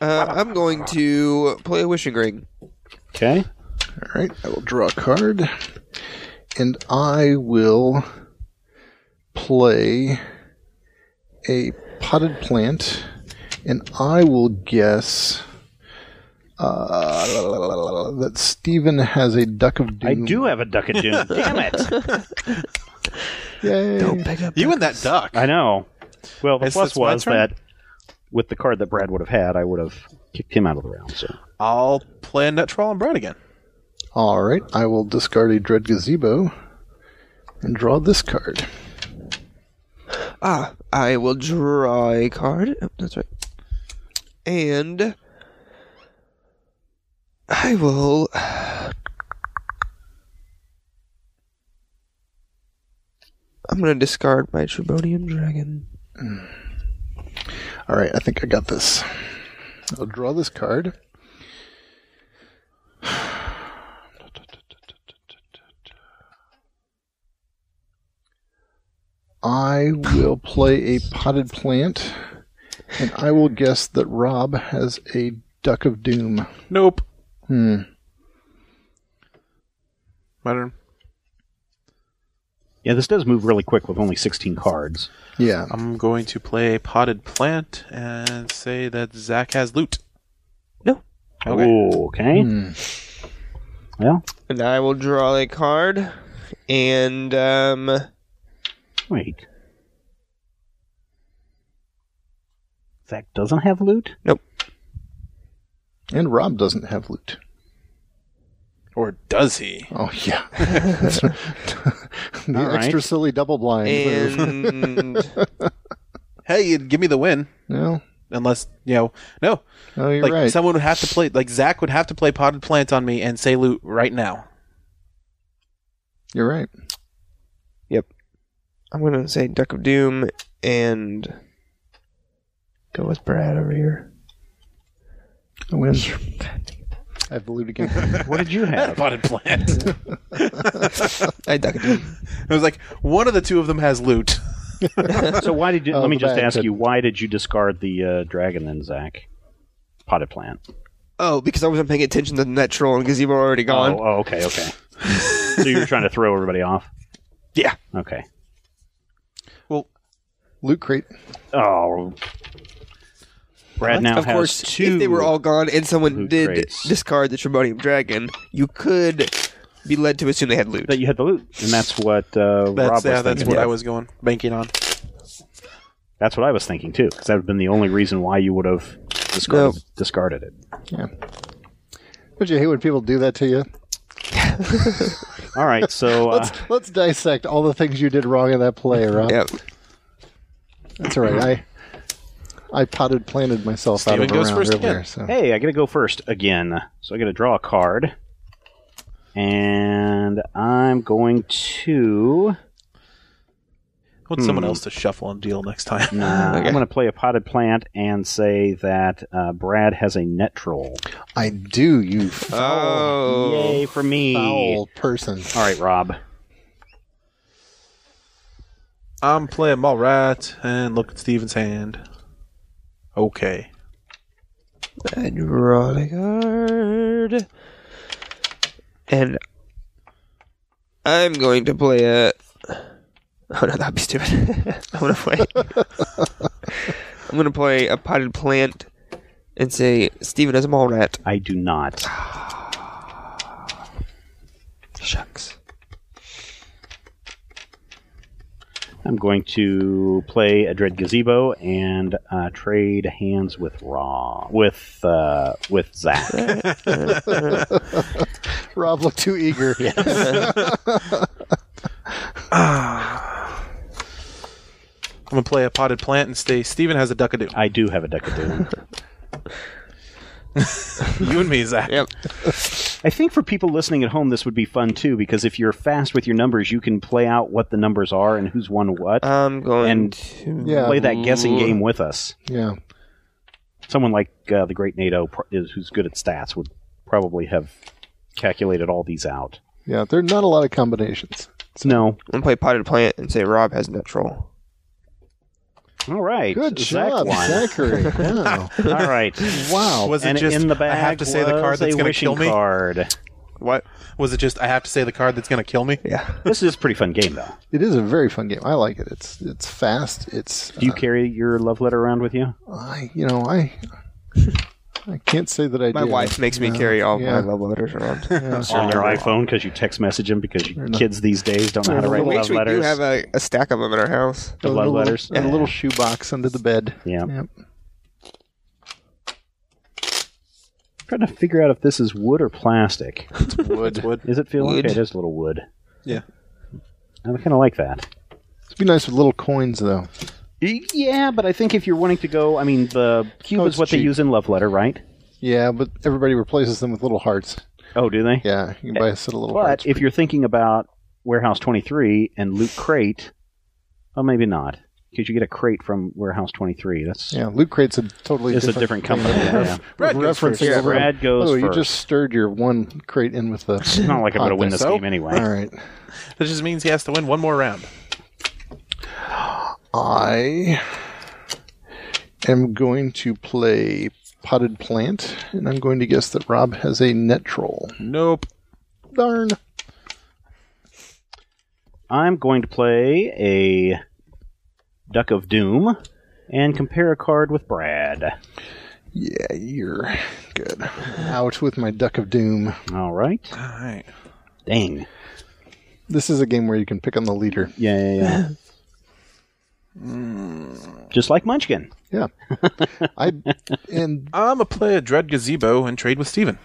Speaker 2: Uh, I'm going to play a wishing ring.
Speaker 1: Okay.
Speaker 3: All right, I will draw a card, and I will play a potted plant, and I will guess uh, that Steven has a duck of doom.
Speaker 1: I do have a duck of doom. Damn it!
Speaker 3: Yay.
Speaker 2: Pick up.
Speaker 4: You and that duck.
Speaker 1: I know. Well, the
Speaker 4: Is
Speaker 1: plus
Speaker 4: this my
Speaker 1: was
Speaker 4: turn?
Speaker 1: that with the card that Brad would have had, I would have kicked him out of the round. So
Speaker 4: I'll play a net troll and Brad again.
Speaker 3: All right, I will discard a dread gazebo and draw this card.
Speaker 2: Ah, I will draw a card. Oh, that's right. And I will. I'm gonna discard my Tribonium Dragon.
Speaker 3: All right, I think I got this. I'll draw this card, I will play a potted plant, and I will guess that Rob has a duck of doom.
Speaker 4: Nope.
Speaker 3: Hmm.
Speaker 4: My turn.
Speaker 1: Yeah, this does move really quick with only 16 cards.
Speaker 3: Yeah.
Speaker 4: I'm going to play potted plant and say that Zach has loot.
Speaker 2: No.
Speaker 4: Okay.
Speaker 1: Ooh, okay.
Speaker 3: Hmm.
Speaker 1: Well,
Speaker 2: And I will draw a card. And um,
Speaker 1: wait. Zach doesn't have loot?
Speaker 2: nope.
Speaker 3: And Rob doesn't have loot.
Speaker 4: Or does he?
Speaker 3: Oh yeah. the
Speaker 1: All
Speaker 3: extra
Speaker 1: right.
Speaker 3: silly double blind. move.
Speaker 2: And
Speaker 4: Hey, you'd give me the win.
Speaker 3: No.
Speaker 4: Unless, you know, no.
Speaker 3: Oh, you're
Speaker 4: like,
Speaker 3: right.
Speaker 4: someone would have to play, like, Zach would have to play potted plant on me and say loot right now.
Speaker 3: You're right.
Speaker 2: yep, I'm gonna say Duck of Doom and go with Brad over here.
Speaker 3: I win. I have the loot again.
Speaker 1: What did you have?
Speaker 4: Potted plant.
Speaker 2: I Duck of Doom.
Speaker 4: I was like, one of the two of them has loot.
Speaker 1: so why did you?
Speaker 3: Oh,
Speaker 1: let me
Speaker 3: the
Speaker 1: just
Speaker 3: bag
Speaker 1: ask
Speaker 3: could-
Speaker 1: you: Why did you discard the uh, dragon then, Zach? Potted plant.
Speaker 2: Oh, because I wasn't paying attention to the natural and gazebo were already gone.
Speaker 1: Oh, oh, okay, okay. so you were trying to throw everybody off.
Speaker 2: Yeah.
Speaker 1: Okay.
Speaker 4: Well,
Speaker 3: loot crate.
Speaker 1: Oh, Brad now
Speaker 2: of
Speaker 1: has
Speaker 2: course,
Speaker 1: two.
Speaker 2: if they were all gone and someone
Speaker 1: loot
Speaker 2: did
Speaker 1: crates.
Speaker 2: discard the Tribonium Dragon, you could be led to assume they had loot.
Speaker 1: that you had the loot, and that's what uh, Rob was
Speaker 4: that's, yeah, that's
Speaker 1: thinking.
Speaker 4: what I was going, banking on.
Speaker 1: That's what I was thinking too, because that would have been the only reason why you would have discarded, discarded it.
Speaker 3: Yeah. Don't you hate when people do that to you?
Speaker 1: All right, so uh,
Speaker 3: Let's let's dissect all the things you did wrong in that play, Rob.
Speaker 2: Yep.
Speaker 3: That's all right. I I potted planted myself
Speaker 4: Steven
Speaker 3: out of a
Speaker 4: goes
Speaker 3: round
Speaker 4: first
Speaker 3: earlier.
Speaker 4: again.
Speaker 3: So
Speaker 1: hey, I gotta go first again. So I gotta draw a card, and I'm going to.
Speaker 4: I want someone else to shuffle and deal next time.
Speaker 1: Uh,
Speaker 2: Okay.
Speaker 1: I'm going to play a potted plant and say that uh, Brad has a net troll.
Speaker 3: I do, you foul,
Speaker 2: Oh.
Speaker 1: Yay for me!
Speaker 3: foul person.
Speaker 1: All right, Rob.
Speaker 4: I'm playing Mallrat and look at Steven's hand. Okay.
Speaker 2: I draw a card. And I'm going to play a. Oh no, that'd be stupid. I'm gonna play. I'm gonna play a potted plant and say Steven has a mole rat.
Speaker 1: I do not.
Speaker 2: Shucks.
Speaker 1: I'm going to play a dread gazebo and uh, trade hands with Raw with uh, with Zach.
Speaker 3: Rob looked too eager.
Speaker 4: I'm going to play a potted plant and stay. Steven has a duckadoo.
Speaker 1: I do have a deck of doom.
Speaker 4: you and me, Zach.
Speaker 2: Yep.
Speaker 1: I think for people listening at home, this would be fun too because if you're fast with your numbers, you can play out what the numbers are and who's won what,
Speaker 2: I'm going
Speaker 1: and
Speaker 2: to
Speaker 3: Yeah.
Speaker 1: play that guessing game with us.
Speaker 3: Yeah.
Speaker 1: someone like uh, the great NATO, pro- is, who's good at stats, would probably have calculated all these out.
Speaker 3: Yeah. There are not a lot of combinations.
Speaker 1: No,
Speaker 2: and play potted plant and say Rob has net troll.
Speaker 1: all right,
Speaker 3: Good
Speaker 1: Zach
Speaker 3: job,
Speaker 1: won.
Speaker 3: Zachary. Wow.
Speaker 1: all right,
Speaker 3: wow.
Speaker 4: Was it
Speaker 1: and
Speaker 4: just
Speaker 1: in the bag
Speaker 4: I have to say the card
Speaker 1: was
Speaker 4: that's
Speaker 1: a
Speaker 4: going to
Speaker 1: wishing
Speaker 4: kill me?
Speaker 1: card.
Speaker 2: What?
Speaker 4: Was it just I have to say the card that's going to kill me?
Speaker 2: Yeah.
Speaker 1: This is a pretty fun game, though.
Speaker 3: It is a very fun game. I like it. It's it's fast. It's
Speaker 2: Uh,
Speaker 1: Do you carry your love letter around with you?
Speaker 3: I you know I I can't say that I
Speaker 2: My
Speaker 3: do.
Speaker 2: wife makes me carry all
Speaker 3: Yeah.
Speaker 2: my love letters around.
Speaker 1: on your iPhone because you text message them because you, kids these days don't know how to write
Speaker 2: we
Speaker 1: love
Speaker 2: actually
Speaker 1: letters.
Speaker 2: do have a, a stack of them in our house.
Speaker 3: A
Speaker 1: love
Speaker 3: little-
Speaker 1: letters.
Speaker 3: and a little shoebox under the bed.
Speaker 1: Yeah.
Speaker 3: Yep.
Speaker 1: trying to figure out if this is wood or plastic.
Speaker 4: Wood. Wood.
Speaker 1: Is it feel
Speaker 2: Wood.
Speaker 1: okay? It is a little wood.
Speaker 4: Yeah.
Speaker 1: I kind of like that.
Speaker 3: It'd be nice with little coins though.
Speaker 1: Yeah, but I think if you're wanting to go, I mean, the cube
Speaker 3: Oh,
Speaker 1: is
Speaker 3: it's
Speaker 1: what they
Speaker 3: cheap.
Speaker 1: use in Love Letter, right?
Speaker 3: Yeah, but everybody replaces them with little hearts.
Speaker 1: Oh, do they?
Speaker 3: Yeah, you can buy a set of little
Speaker 1: But
Speaker 3: hearts.
Speaker 1: if you're thinking about Warehouse 23 and Loot Crate, oh, maybe not, because you get a crate from Warehouse 23. That's
Speaker 3: yeah, Loot Crate's a totally
Speaker 1: It's a different
Speaker 3: different
Speaker 1: company,
Speaker 3: thing.
Speaker 1: yeah.
Speaker 3: Brad references
Speaker 1: first. Yeah,
Speaker 3: over-
Speaker 1: Brad goes
Speaker 3: By the way, Oh, You
Speaker 1: first.
Speaker 3: just stirred your one crate in with the. It's
Speaker 1: not like I'm gonna win this game anyway.
Speaker 3: All right.
Speaker 4: That just means he has to win one more round.
Speaker 3: I am going to play potted plant, and I'm going to guess that Rob has a net troll.
Speaker 4: Nope.
Speaker 3: Darn.
Speaker 1: I'm going to play a Duck of Doom and compare a card with Brad.
Speaker 3: Yeah, you're good. Out with my duck of doom.
Speaker 1: All right.
Speaker 4: All right.
Speaker 1: Dang.
Speaker 3: This is a game where you can pick on the leader.
Speaker 1: Yeah, yeah, yeah. Just like Munchkin.
Speaker 3: Yeah. I and
Speaker 4: I'm gonna play a dread gazebo and trade with Steven.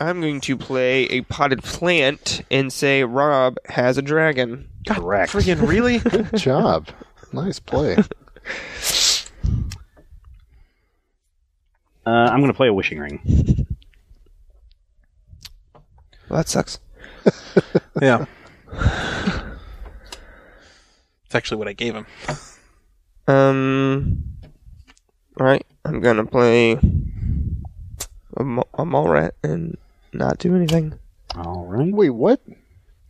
Speaker 2: I'm going to play a potted plant and say Rob has a dragon.
Speaker 1: Correct.
Speaker 4: Friggin' really?
Speaker 3: good job. Nice play.
Speaker 1: Uh, I'm going to play a wishing ring.
Speaker 2: Well, that sucks.
Speaker 4: yeah. It's actually what I gave him.
Speaker 2: Um. All right, I'm gonna play a, mo- a mole rat and not do anything.
Speaker 1: All right.
Speaker 3: Wait, what?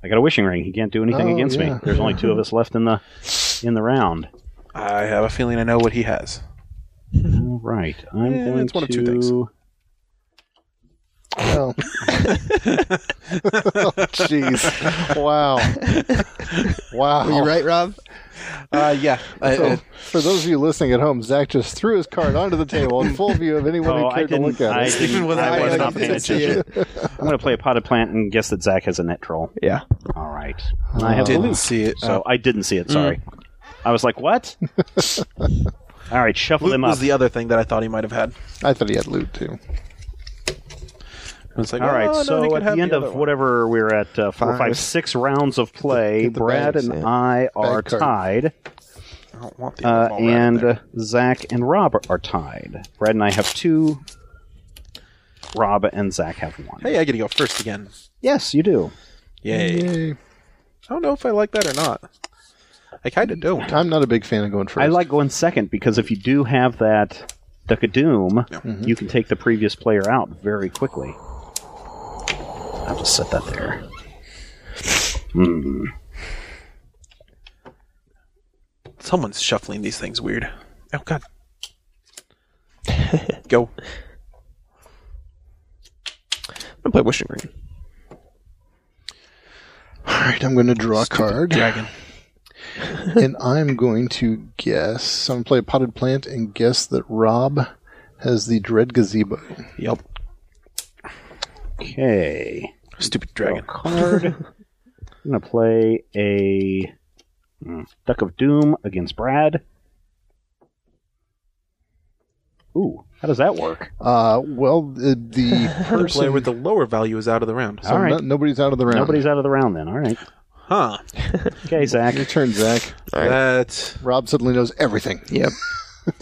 Speaker 1: I got a wishing ring. He can't do anything
Speaker 3: Oh,
Speaker 1: against me.
Speaker 3: yeah.
Speaker 1: There's only two of us left in the in the round.
Speaker 4: I have a feeling I know what he has.
Speaker 1: All right. I'm
Speaker 4: Yeah,
Speaker 1: going
Speaker 4: it's one
Speaker 1: to
Speaker 4: of two things.
Speaker 3: Oh. Jeez. Wow. Wow.
Speaker 2: Are you right, Rob?
Speaker 4: Uh, yeah.
Speaker 3: So, for those of you listening at home, Zach just threw his card onto the table in full view of anyone
Speaker 1: Oh,
Speaker 3: who
Speaker 1: I
Speaker 3: cared to
Speaker 1: didn't.
Speaker 3: look at
Speaker 1: I,
Speaker 3: it.
Speaker 1: didn't-
Speaker 4: Even when I
Speaker 1: I was
Speaker 4: wasn't
Speaker 1: not paying
Speaker 4: paying
Speaker 1: attention. I'm going to play a potted plant and guess that Zach has a net troll.
Speaker 2: Yeah.
Speaker 1: All right. And I have the
Speaker 4: didn't
Speaker 1: loot.
Speaker 4: see it. Uh,
Speaker 1: So I didn't see it. Sorry. I was like, what? All right, shuffle
Speaker 4: Loot
Speaker 1: them up.
Speaker 4: was the other thing that I thought he might have had.
Speaker 3: I thought he had loot too.
Speaker 4: I was like,
Speaker 1: All right,
Speaker 4: oh, no,
Speaker 1: so
Speaker 4: he could
Speaker 1: at
Speaker 4: have
Speaker 1: the end of
Speaker 4: other one.
Speaker 1: whatever we're at uh, four, five,
Speaker 2: Five.
Speaker 1: six rounds of play,
Speaker 3: Get the
Speaker 1: Brad
Speaker 3: bags,
Speaker 1: and
Speaker 2: yeah.
Speaker 1: I are
Speaker 3: Bag card.
Speaker 1: tied,
Speaker 4: I don't want the
Speaker 1: uh,
Speaker 4: mole rat in
Speaker 1: and
Speaker 4: there.
Speaker 1: uh, Zach and Rob are, are tied. Brad and I have two. Rob and Zach have one.
Speaker 4: hey, I get to go first again.
Speaker 1: Yes, you do.
Speaker 4: Yay.
Speaker 3: Yay.
Speaker 4: I don't know if I like that or not. I kind of don't.
Speaker 3: I'm not a big fan of going first.
Speaker 1: I like going second because if you do have that Duck of Doom, you can take the previous player out very quickly. I'll just set that there.
Speaker 4: Someone's shuffling these things weird. Oh god. Go.
Speaker 2: I'm gonna play wishing ring.
Speaker 3: All right, I'm going to draw a card.
Speaker 4: Dragon.
Speaker 3: and I'm going to guess. I'm going to play a potted plant and guess that Rob has the dread gazebo.
Speaker 4: Yep.
Speaker 1: Okay.
Speaker 4: Stupid dragon.
Speaker 1: card. I'm gonna play a mm, Duck of Doom against Brad. Ooh, how does that work?
Speaker 3: Uh, well, the, the
Speaker 4: The player
Speaker 3: person.
Speaker 4: with the lower value is out of the round.
Speaker 3: so
Speaker 1: All right.
Speaker 3: no- nobody's out of the round.
Speaker 1: Nobody's out of the round then. All right.
Speaker 4: Huh.
Speaker 1: Okay, Zach.
Speaker 3: Your turn, Zach.
Speaker 2: right.
Speaker 4: That
Speaker 3: Rob suddenly knows everything.
Speaker 2: Yep.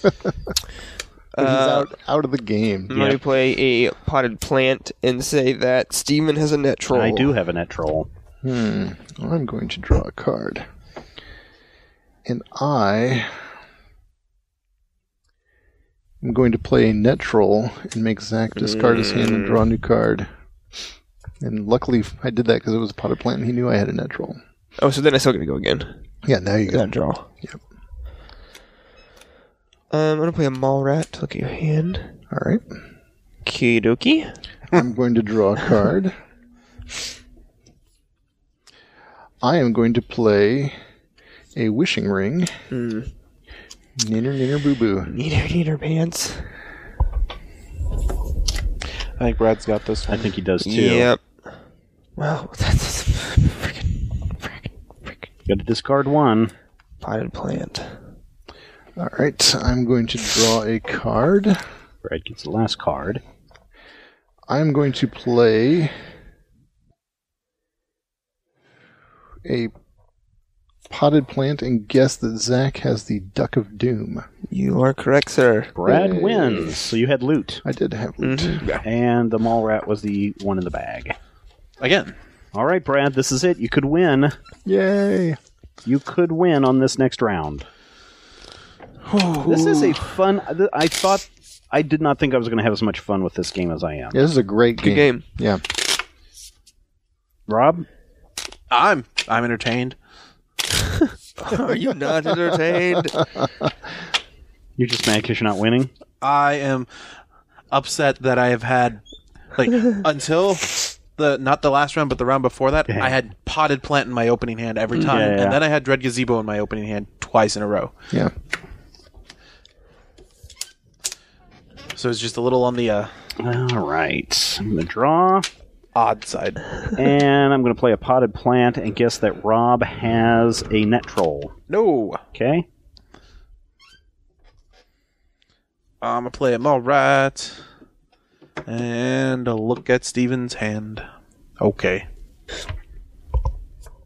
Speaker 3: He's
Speaker 2: Uh,
Speaker 3: out out of the game.
Speaker 2: I'm gonna play a potted plant and say that Steven has a net troll.
Speaker 1: I do have a net troll.
Speaker 3: Hmm. I'm going to draw a card. And I am going to play a net troll and make Zach discard his hand and draw a new card. And luckily, I did that because it was a potted plant and he knew I had a net troll.
Speaker 2: Oh, so then I still gotta go again.
Speaker 3: Yeah, now you
Speaker 2: Gotta
Speaker 3: got
Speaker 2: draw.
Speaker 3: Yep.
Speaker 2: Um, I'm gonna play a mole rat. Look at your hand.
Speaker 3: All right.
Speaker 2: Okie dokie.
Speaker 3: I'm going to draw a card. I am going to play a wishing ring.
Speaker 2: Hmm.
Speaker 3: Neener, neener, boo boo.
Speaker 2: Neater, neater pants.
Speaker 4: I think Brad's got this
Speaker 1: I
Speaker 4: one.
Speaker 1: think he does too.
Speaker 2: Yep. Well, that's freaking, freaking, freaking
Speaker 1: Got to discard one.
Speaker 2: potted plant.
Speaker 3: All right. I'm going to draw a card.
Speaker 1: Brad gets the last card.
Speaker 3: I'm going to play a potted plant and guess that Zach has the Duck of Doom.
Speaker 2: You are correct, sir.
Speaker 1: Brad
Speaker 3: Yay.
Speaker 1: wins. So you had loot,
Speaker 3: I did have loot.
Speaker 2: Mm-hmm.
Speaker 1: and the mall rat was the one in the bag.
Speaker 4: Again.
Speaker 1: All right, Brad. This is it. You could win.
Speaker 3: Yay!
Speaker 1: You could win on this next round. This is a fun. th- I thought I did not think I was going to have as much fun with this game as I am.
Speaker 3: Yeah, this is a great
Speaker 2: Good game.
Speaker 3: Yeah.
Speaker 1: Rob,
Speaker 4: I'm I'm entertained.
Speaker 2: Are you not entertained?
Speaker 1: You're just mad because you're not winning.
Speaker 4: I am upset that I have had like until the not the last round, but the round before that, I had potted plant in my opening hand every time,
Speaker 1: Mm, yeah, yeah.
Speaker 4: and then I had dread gazebo in my opening hand twice in a row.
Speaker 3: Yeah.
Speaker 4: So it's just a little on the uh,
Speaker 1: All right, I'm gonna draw,
Speaker 4: odd side.
Speaker 1: and I'm gonna play a potted plant and guess that Rob has a net troll.
Speaker 4: No,
Speaker 1: Okay.
Speaker 4: I'm gonna play him all right, and I'll look at Steven's hand. Okay,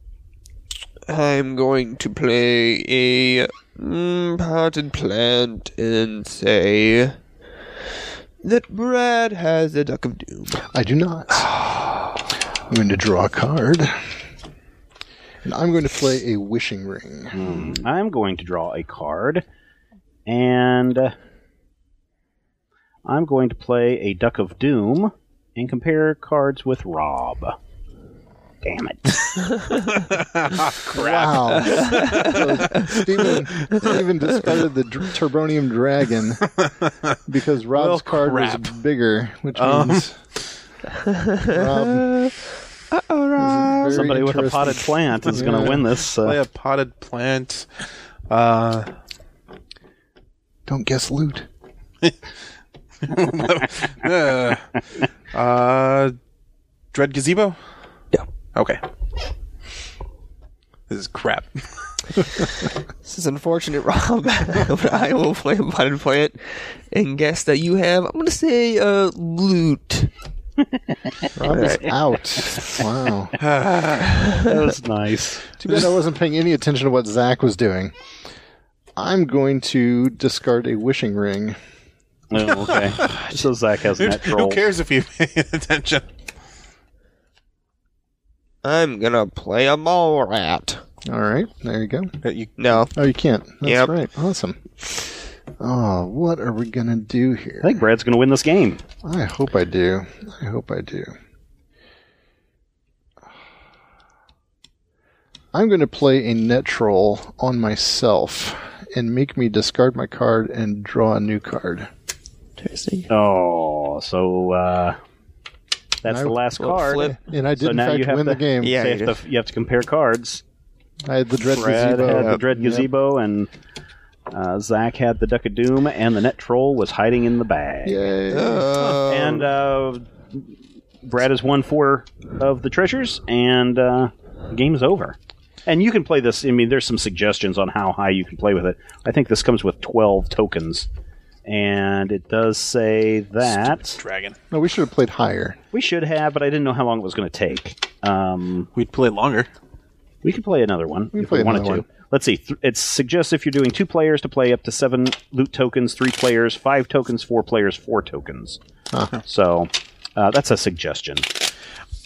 Speaker 2: I'm going to play a mm, potted plant and say that Brad has a duck of doom.
Speaker 3: I do not. I'm going to draw a card. And I'm going to play a wishing ring.
Speaker 1: I'm going to draw a card, and uh, I'm going to play a Duck of Doom and compare cards with Rob. Damn it.
Speaker 3: Wow. so Stephen, Stephen discarded the dr- Turbonium Dragon because Rob's card was bigger, which
Speaker 4: Uh-huh.
Speaker 3: means
Speaker 1: Mm-hmm.
Speaker 3: Rob.
Speaker 2: All right.
Speaker 3: Very
Speaker 1: Somebody with a
Speaker 3: interesting.
Speaker 1: potted plant is going
Speaker 3: Yeah.
Speaker 1: to win this.
Speaker 4: play
Speaker 1: Uh,
Speaker 4: a potted plant. Uh,
Speaker 3: Don't guess loot.
Speaker 4: uh, uh, dread gazebo.
Speaker 2: Yeah.
Speaker 4: Okay. This is crap.
Speaker 2: This is unfortunate, Rob. but I will play a potted plant and guess that you have, I'm going to say, uh, loot.
Speaker 3: Rob is out. Wow.
Speaker 1: that was nice.
Speaker 3: Too bad I wasn't paying any attention to what Zach was doing. I'm going to discard a wishing ring.
Speaker 1: Oh, okay. So Zach has net
Speaker 4: Who
Speaker 1: troll.
Speaker 4: cares if you pay attention?
Speaker 2: I'm going to play a mole rat. Uh,
Speaker 3: All right, there you go.
Speaker 2: No.
Speaker 3: Oh, you can't. That's
Speaker 2: Yep.
Speaker 3: right. Awesome. Oh, what are we gonna do
Speaker 1: I
Speaker 3: here?
Speaker 1: think Brad's going to win this game.
Speaker 3: I hope I do. I hope I do. I'm going to play a net troll on myself and make me discard my card and draw a new card.
Speaker 2: Interesting.
Speaker 1: Oh, so uh, that's
Speaker 3: I-
Speaker 1: the last
Speaker 2: Well,
Speaker 1: card.
Speaker 2: flip.
Speaker 3: And I did,
Speaker 1: So
Speaker 3: in
Speaker 1: now
Speaker 3: fact,
Speaker 1: you have
Speaker 3: win the
Speaker 1: to-
Speaker 3: game.
Speaker 2: Yeah.
Speaker 1: So you, have to, you have to compare cards.
Speaker 3: I had the dread
Speaker 1: Brad
Speaker 3: gazebo.
Speaker 1: had the
Speaker 3: Yep.
Speaker 1: Dread Gazebo, and uh, Zach had the Duck of Doom, and the Net Troll was hiding in the bag.
Speaker 3: Yay. um,
Speaker 2: Uh,
Speaker 1: And uh, Brad has won four of the treasures, and uh, game's over. And you can play this. I mean, there's some suggestions on how high you can play with it. I think this comes with 12 tokens. And it does say that
Speaker 4: Dragon.
Speaker 3: No, we should have played higher.
Speaker 1: we should have, but I didn't know how long it was going to take. Um,
Speaker 4: We'd play longer.
Speaker 1: We could play another one
Speaker 3: can
Speaker 1: if
Speaker 3: play
Speaker 1: we wanted to.
Speaker 3: another one.
Speaker 1: Let's see. Th- it suggests if you're doing two players to play up to seven loot tokens, three players, five tokens, four players, four tokens. So uh, that's a suggestion.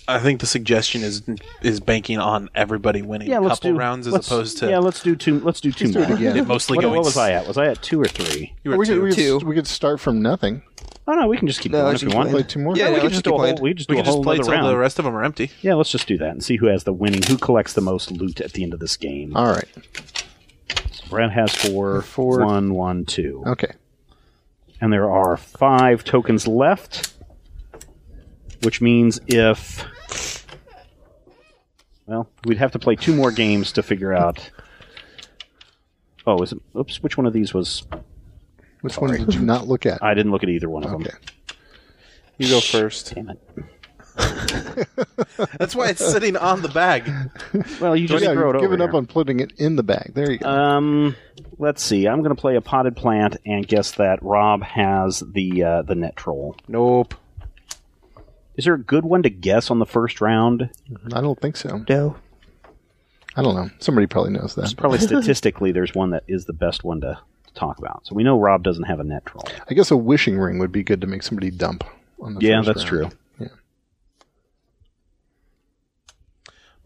Speaker 4: I think the suggestion is is banking on everybody winning
Speaker 1: Yeah,
Speaker 4: a
Speaker 1: let's
Speaker 4: couple
Speaker 1: do
Speaker 4: rounds as
Speaker 1: let's-
Speaker 4: opposed to
Speaker 1: yeah. Let's do two. Let's do two more.
Speaker 3: again.
Speaker 4: it mostly
Speaker 1: What,
Speaker 4: going.
Speaker 1: what was I
Speaker 4: s-
Speaker 1: at? Was I at two or three?
Speaker 4: You were
Speaker 3: We could, we,
Speaker 4: two.
Speaker 3: could,
Speaker 2: Two.
Speaker 3: we could start from nothing.
Speaker 1: Oh no, we can just keep
Speaker 2: No,
Speaker 1: going if
Speaker 2: it's
Speaker 1: you
Speaker 2: just
Speaker 1: want.
Speaker 2: one.
Speaker 3: Play two more.
Speaker 2: Yeah,
Speaker 1: we
Speaker 2: let's
Speaker 1: can
Speaker 2: just
Speaker 1: just
Speaker 2: keep
Speaker 1: do a
Speaker 2: playing.
Speaker 1: whole. We just
Speaker 4: We
Speaker 1: do a
Speaker 4: could just
Speaker 1: whole
Speaker 4: play
Speaker 1: other
Speaker 4: till the
Speaker 1: round.
Speaker 4: rest of them are empty.
Speaker 1: Yeah, let's just do that and see who has the winning, who collects the most loot at the end of this game.
Speaker 3: All right.
Speaker 1: Brad has four,
Speaker 3: Four. uh,
Speaker 1: one, one, two.
Speaker 3: Okay.
Speaker 1: And there are five tokens left, which means if. Well, we'd have to play two more games to figure out. Oh, is it, oops, which one of these was.
Speaker 3: Which one did you not look at?
Speaker 1: I didn't look at either one of them.
Speaker 3: Okay.
Speaker 4: You go first.
Speaker 1: Damn it.
Speaker 4: That's why it's sitting on the bag.
Speaker 1: Well, you just
Speaker 3: yeah,
Speaker 1: throw it
Speaker 3: you've
Speaker 1: over.
Speaker 3: given up
Speaker 1: here.
Speaker 3: on putting it in the bag. There you go.
Speaker 1: um, let's see. I'm going to play a potted plant and guess that Rob has the uh, the net troll.
Speaker 4: Nope.
Speaker 1: Is there a good one to guess on the first round?
Speaker 3: I don't think so.
Speaker 2: no.
Speaker 3: I don't know. Somebody probably knows that.
Speaker 1: Probably statistically, there's one that is the best one to talk about. So we know Rob doesn't have a net troll.
Speaker 3: I guess a wishing ring would be good to make somebody dump. On the
Speaker 1: Yeah,
Speaker 3: first
Speaker 1: that's
Speaker 3: round.
Speaker 1: true.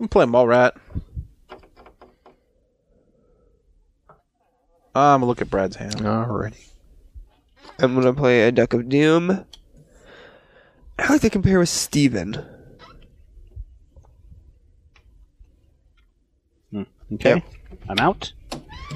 Speaker 4: I'm playing Mall Rat. I'm gonna look at Brad's hand.
Speaker 3: Alrighty.
Speaker 2: I'm going to play a duck of doom. How do they compare with Steven?
Speaker 1: Okay. I'm out.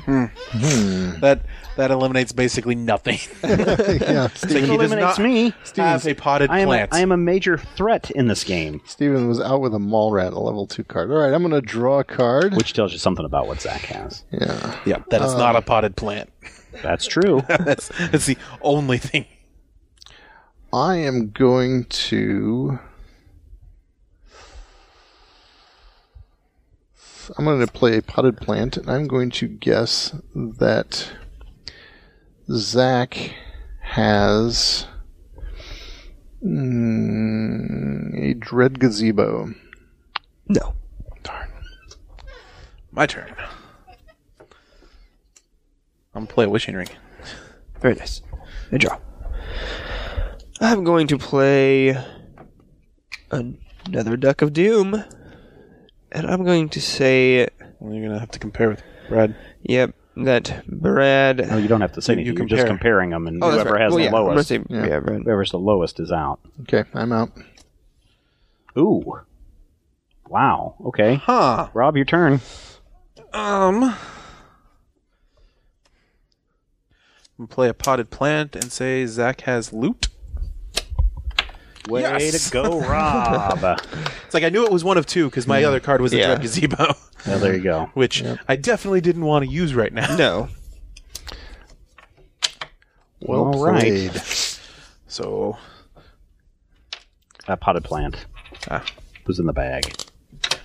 Speaker 4: That that eliminates basically nothing.
Speaker 3: yeah,
Speaker 4: Like,
Speaker 3: Steven,
Speaker 4: he does
Speaker 1: eliminates
Speaker 4: not
Speaker 1: me.
Speaker 4: have a potted
Speaker 1: I am,
Speaker 4: plant.
Speaker 1: I am a major threat in this game,
Speaker 3: Steven was out with a mall rat, a level two card. All right, I'm going to draw a card.
Speaker 1: which tells you something about what Zach has.
Speaker 3: yeah,
Speaker 4: yeah, that is not a potted plant.
Speaker 1: That's true.
Speaker 4: That's that's the only thing.
Speaker 3: I am going to. I'm going to play a potted plant, and I'm going to guess that Zach has mm, a dread gazebo.
Speaker 2: No.
Speaker 4: My turn. I'm gonna play a wishing ring.
Speaker 2: Very nice. Good job. I'm going to play another Duck of Doom. And I'm going to say,
Speaker 4: Well, you're gonna have to compare with Brad.
Speaker 2: yep, that Brad.
Speaker 1: No, you don't have to say
Speaker 4: You- you
Speaker 1: anything. You are just
Speaker 4: compare.
Speaker 1: comparing them, and
Speaker 2: Oh, that's
Speaker 1: whoever
Speaker 2: right.
Speaker 1: has
Speaker 2: Well,
Speaker 1: the
Speaker 2: yeah, I'm gonna
Speaker 1: lowest,
Speaker 2: say- yeah. Brad.
Speaker 1: whoever's the lowest is out.
Speaker 3: Okay, I'm out.
Speaker 1: Ooh. Wow. Okay.
Speaker 4: Huh.
Speaker 1: Rob, your turn.
Speaker 4: Um. I'm gonna play a potted plant and say Zach has loot.
Speaker 1: Way
Speaker 4: Yes.
Speaker 1: to go, Rob.
Speaker 4: It's like I knew it was one of two because my other card was a
Speaker 2: Yeah.
Speaker 4: dread gazebo,
Speaker 1: well, there you go.
Speaker 4: which I definitely didn't want to use right now.
Speaker 2: No.
Speaker 3: Well
Speaker 1: All right.
Speaker 3: played.
Speaker 4: So
Speaker 1: That potted plant
Speaker 4: Ah.
Speaker 1: was in the bag.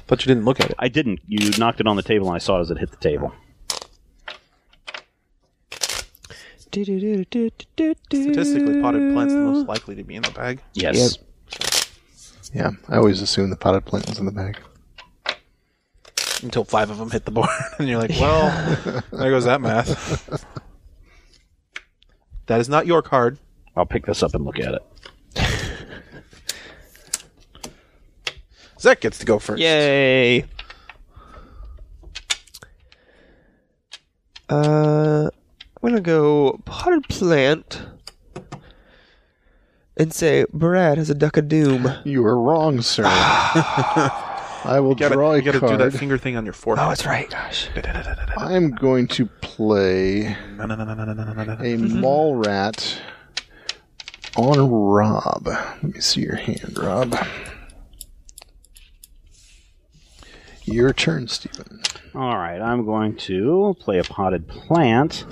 Speaker 4: thought you didn't look at it.
Speaker 1: I didn't. You knocked it on the table, and I saw it as it hit the table.
Speaker 4: Statistically, potted plants the most likely to be in the bag.
Speaker 1: Yes.
Speaker 3: Yeah, I always assume the potted plant was in the bag.
Speaker 4: until five of them hit the board, and you're like, "Well, there goes that math." that is not your card.
Speaker 1: I'll pick this up and look at it.
Speaker 4: Zach gets to go first.
Speaker 2: Yay. Uh, I'm gonna go potted plant and say Brad has a duck of doom.
Speaker 3: You are wrong, sir. I will
Speaker 4: You gotta,
Speaker 3: draw a
Speaker 4: you gotta do
Speaker 3: card.
Speaker 4: that finger thing on your forehead.
Speaker 2: Oh, that's right. Gosh.
Speaker 3: I'm going to play
Speaker 4: No, no, no, no, no, no, no, no, no.
Speaker 3: a mall rat on Rob. Let me see your hand, Rob. Your turn, Stephen.
Speaker 1: All right. I'm going to play a potted plant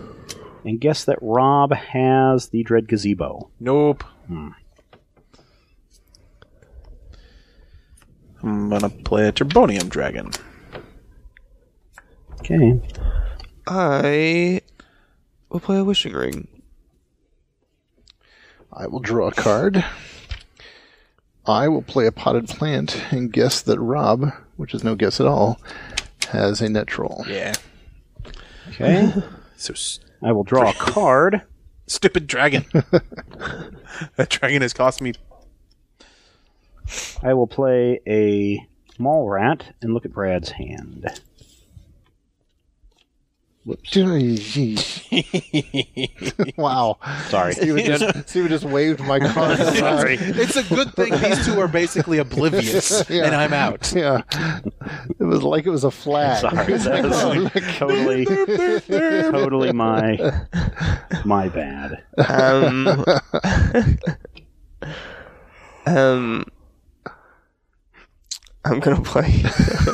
Speaker 1: and guess that Rob has the dread gazebo.
Speaker 4: Nope.
Speaker 2: Hmm.
Speaker 4: I'm gonna play a Turbonium Dragon.
Speaker 1: Okay.
Speaker 2: I will play a wishing ring.
Speaker 3: I will draw a card. I will play a potted plant and guess that Rob, which is no guess at all, has a net troll.
Speaker 4: Yeah.
Speaker 1: Okay.
Speaker 4: So s-
Speaker 1: I will draw a card.
Speaker 4: stupid dragon. that dragon has cost me.
Speaker 1: I will play a mall rat and look at Brad's hand.
Speaker 3: Jeez. wow.
Speaker 1: Sorry.
Speaker 3: Steven just, Steven just waved my card.
Speaker 1: Sorry.
Speaker 4: It's a good thing these two are basically oblivious, and I'm out.
Speaker 3: Yeah. It was like it was a flag.
Speaker 1: Sorry, that was totally, totally my my bad.
Speaker 2: Um, um, I'm gonna play.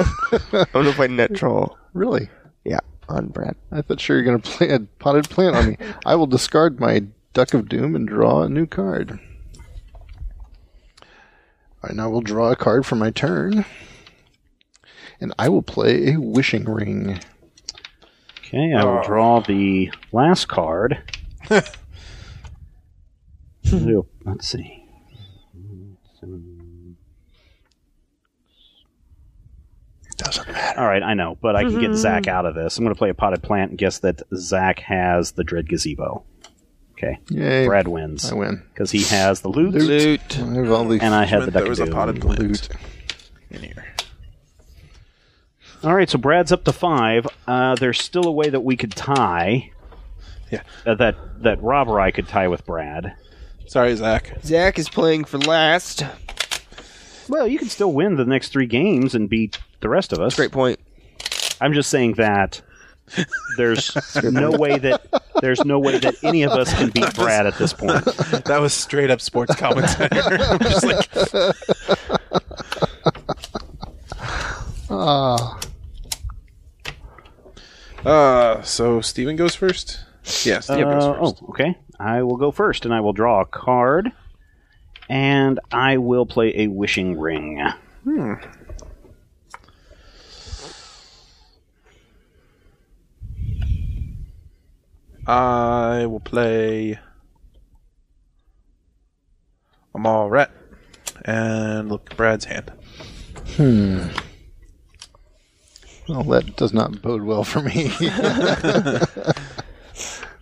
Speaker 2: I'm gonna play net troll.
Speaker 3: Really?
Speaker 2: Yeah, on Brad.
Speaker 3: I thought sure you were going to play a potted plant on me. I will discard my Duck of Doom and draw a new card. All right, now we'll draw a card for my turn. And I will play a Wishing Ring.
Speaker 1: Okay, I
Speaker 4: Oh.
Speaker 1: will draw the last card. Ooh, Let's see.
Speaker 3: Doesn't matter.
Speaker 1: All right, I know, but I can get Zach
Speaker 4: Mm-hmm.
Speaker 1: out of this. I'm going to play a potted plant and guess that Zach has the dread gazebo. Okay,
Speaker 3: Yay.
Speaker 1: Brad wins
Speaker 3: I win.
Speaker 1: because he has the loot,
Speaker 2: Loot.
Speaker 3: I have all the
Speaker 1: and I had the duck.
Speaker 4: there was a
Speaker 1: doom.
Speaker 4: potted plant
Speaker 3: loot.
Speaker 4: in here.
Speaker 1: All right, so Brad's up to five. Uh, there's still a way that we could tie.
Speaker 4: Yeah.
Speaker 1: Uh, that that Rob or I could tie with Brad.
Speaker 4: Sorry, Zach.
Speaker 2: Zach is playing for last.
Speaker 1: Well, you can still win the next three games and beat the rest of us.
Speaker 2: Great point.
Speaker 1: I'm just saying that there's no way that there's no way that any of us can beat Brad at this point.
Speaker 4: That was straight up sports commentary. I'm just like, uh, so Steven goes first? Yes, Steven goes
Speaker 1: Uh,
Speaker 4: first.
Speaker 1: Oh, okay. I will go first, and I will draw a card, and I will play a wishing ring.
Speaker 4: I will play a mall rat and look at Brad's hand.
Speaker 3: Well, that does not bode well for me.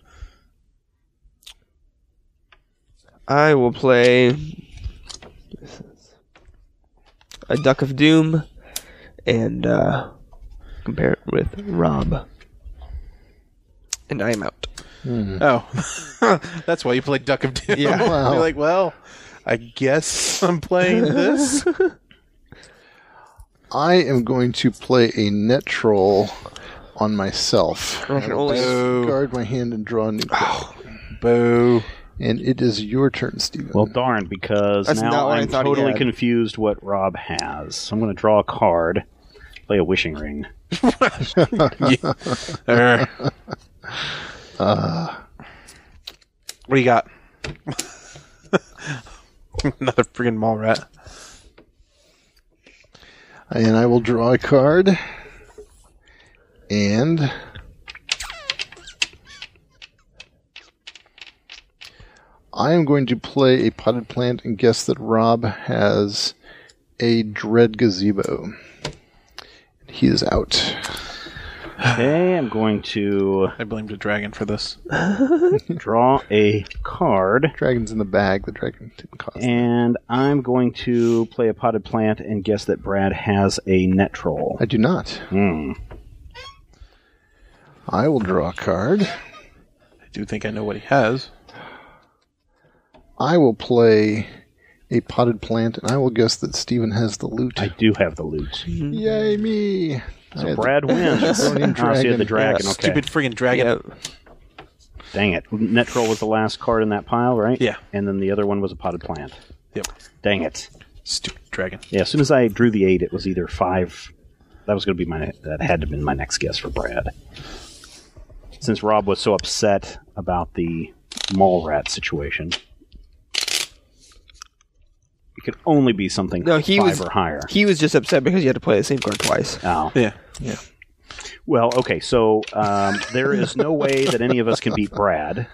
Speaker 2: I will play a Duck of Doom and uh, compare it with Rob. And I am out.
Speaker 4: Oh, that's why you played Duck of Doom. Yeah,
Speaker 3: Wow.
Speaker 4: you're like, well, I guess I'm playing this.
Speaker 3: I am going to play a net troll on myself.
Speaker 2: only-
Speaker 3: Guard my hand and draw a new card.
Speaker 4: Boo!
Speaker 3: And it is your turn, Steven.
Speaker 1: Well, darn, because
Speaker 2: That's not
Speaker 1: now
Speaker 2: what I
Speaker 1: I'm
Speaker 2: thought he
Speaker 1: totally
Speaker 2: had.
Speaker 1: confused what Rob has. So I'm going to draw a card, play a wishing ring.
Speaker 4: Er. Uh. what do you got? Another freaking mall rat.
Speaker 3: and I will draw a card. And I am going to play a potted plant and guess that Rob has a dread gazebo. He is out.
Speaker 1: Okay, I'm going to
Speaker 4: I blamed a dragon for this.
Speaker 1: draw a card,
Speaker 3: Dragon's in the bag. The dragon didn't cost.
Speaker 1: and I'm going to play a potted plant and guess that Brad has a net troll.
Speaker 3: I do not.
Speaker 1: Hmm.
Speaker 3: I will draw a card.
Speaker 4: I do think I know what he has.
Speaker 3: I will play a potted plant, and I will guess that Steven has the loot.
Speaker 1: I do have the loot.
Speaker 3: Hmm. Yay me! I had-
Speaker 1: Brad wins.
Speaker 3: Draconian
Speaker 1: Oh, so you had the
Speaker 3: dragon.
Speaker 1: dragon. okay.
Speaker 4: Stupid freaking dragon.
Speaker 2: Yeah.
Speaker 1: Dang it. Net troll was the last card in that pile, right?
Speaker 4: Yeah.
Speaker 1: And then the other one was a potted plant.
Speaker 4: Yep.
Speaker 1: Dang it.
Speaker 4: Stupid dragon.
Speaker 1: Yeah, as soon as I drew the eight, it was either five. That was going to be my. That had to have been my next guess for Brad. Since Rob was so upset about the mall rat situation, it could only be something
Speaker 2: No, he
Speaker 1: five
Speaker 2: was
Speaker 1: or higher.
Speaker 2: He was just upset because you had to play the same card twice.
Speaker 1: Oh.
Speaker 4: Yeah.
Speaker 1: Well, okay, so um, there is no way that any of us can beat Brad.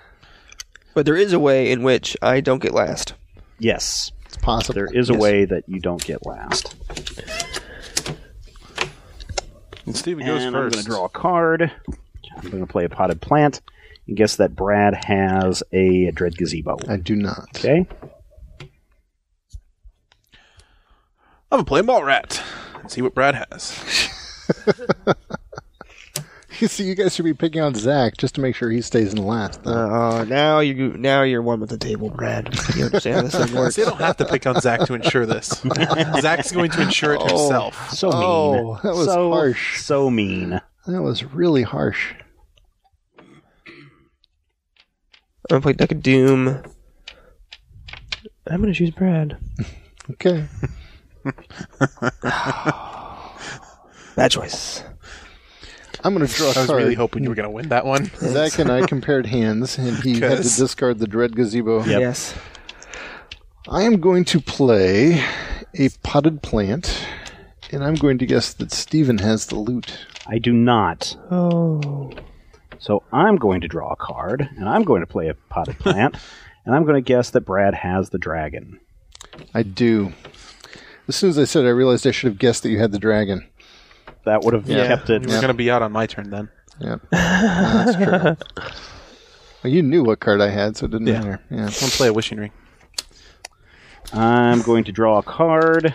Speaker 2: But there is a way in which I don't get last.
Speaker 1: Yes,
Speaker 3: It's possible.
Speaker 1: there is a way that you don't get last.
Speaker 4: And Steven
Speaker 1: And
Speaker 4: goes
Speaker 1: I'm going to
Speaker 4: first.
Speaker 1: draw a card. I'm going to play a potted plant and guess that Brad has a dread gazebo.
Speaker 3: I do not.
Speaker 1: Okay.
Speaker 4: I'm gonna play mall rat and see what Brad has.
Speaker 3: You See, you guys should be picking on Zach just to make sure he stays in last. though.
Speaker 2: Uh, now you now you're one with the table, Brad. You understand how this thing works.
Speaker 4: See, I don't have to pick on Zach to ensure this. Zach's going to ensure it himself.
Speaker 1: Oh, So mean.
Speaker 3: Oh, that was
Speaker 1: so,
Speaker 3: harsh.
Speaker 1: So mean.
Speaker 3: That was really harsh.
Speaker 2: I'm gonna play Duck of Doom. I'm gonna choose Brad.
Speaker 3: Okay.
Speaker 2: Bad choice.
Speaker 3: I'm going to draw a
Speaker 4: I was
Speaker 3: card.
Speaker 4: really hoping you were going to win that one.
Speaker 3: Zach and I compared hands, and he had to
Speaker 4: 'Cause-
Speaker 3: discard the Dread Gazebo.
Speaker 1: Yep.
Speaker 2: Yes.
Speaker 3: I am going to play a potted plant, and I'm going to guess that Steven has the loot.
Speaker 1: I do not.
Speaker 2: Oh.
Speaker 1: So I'm going to draw a card, and I'm going to play a potted plant, and I'm going to guess that Brad has the dragon.
Speaker 3: I do. As soon as I said it, I realized I should have guessed that you had the dragon.
Speaker 1: That would have
Speaker 3: Yeah.
Speaker 1: kept it.
Speaker 4: You were going to be out on my turn then.
Speaker 3: Yeah. That's true. Well, you knew what card I had, so it didn't matter. Yeah.
Speaker 4: I'm going to play a wishing ring.
Speaker 1: I'm going to draw a card,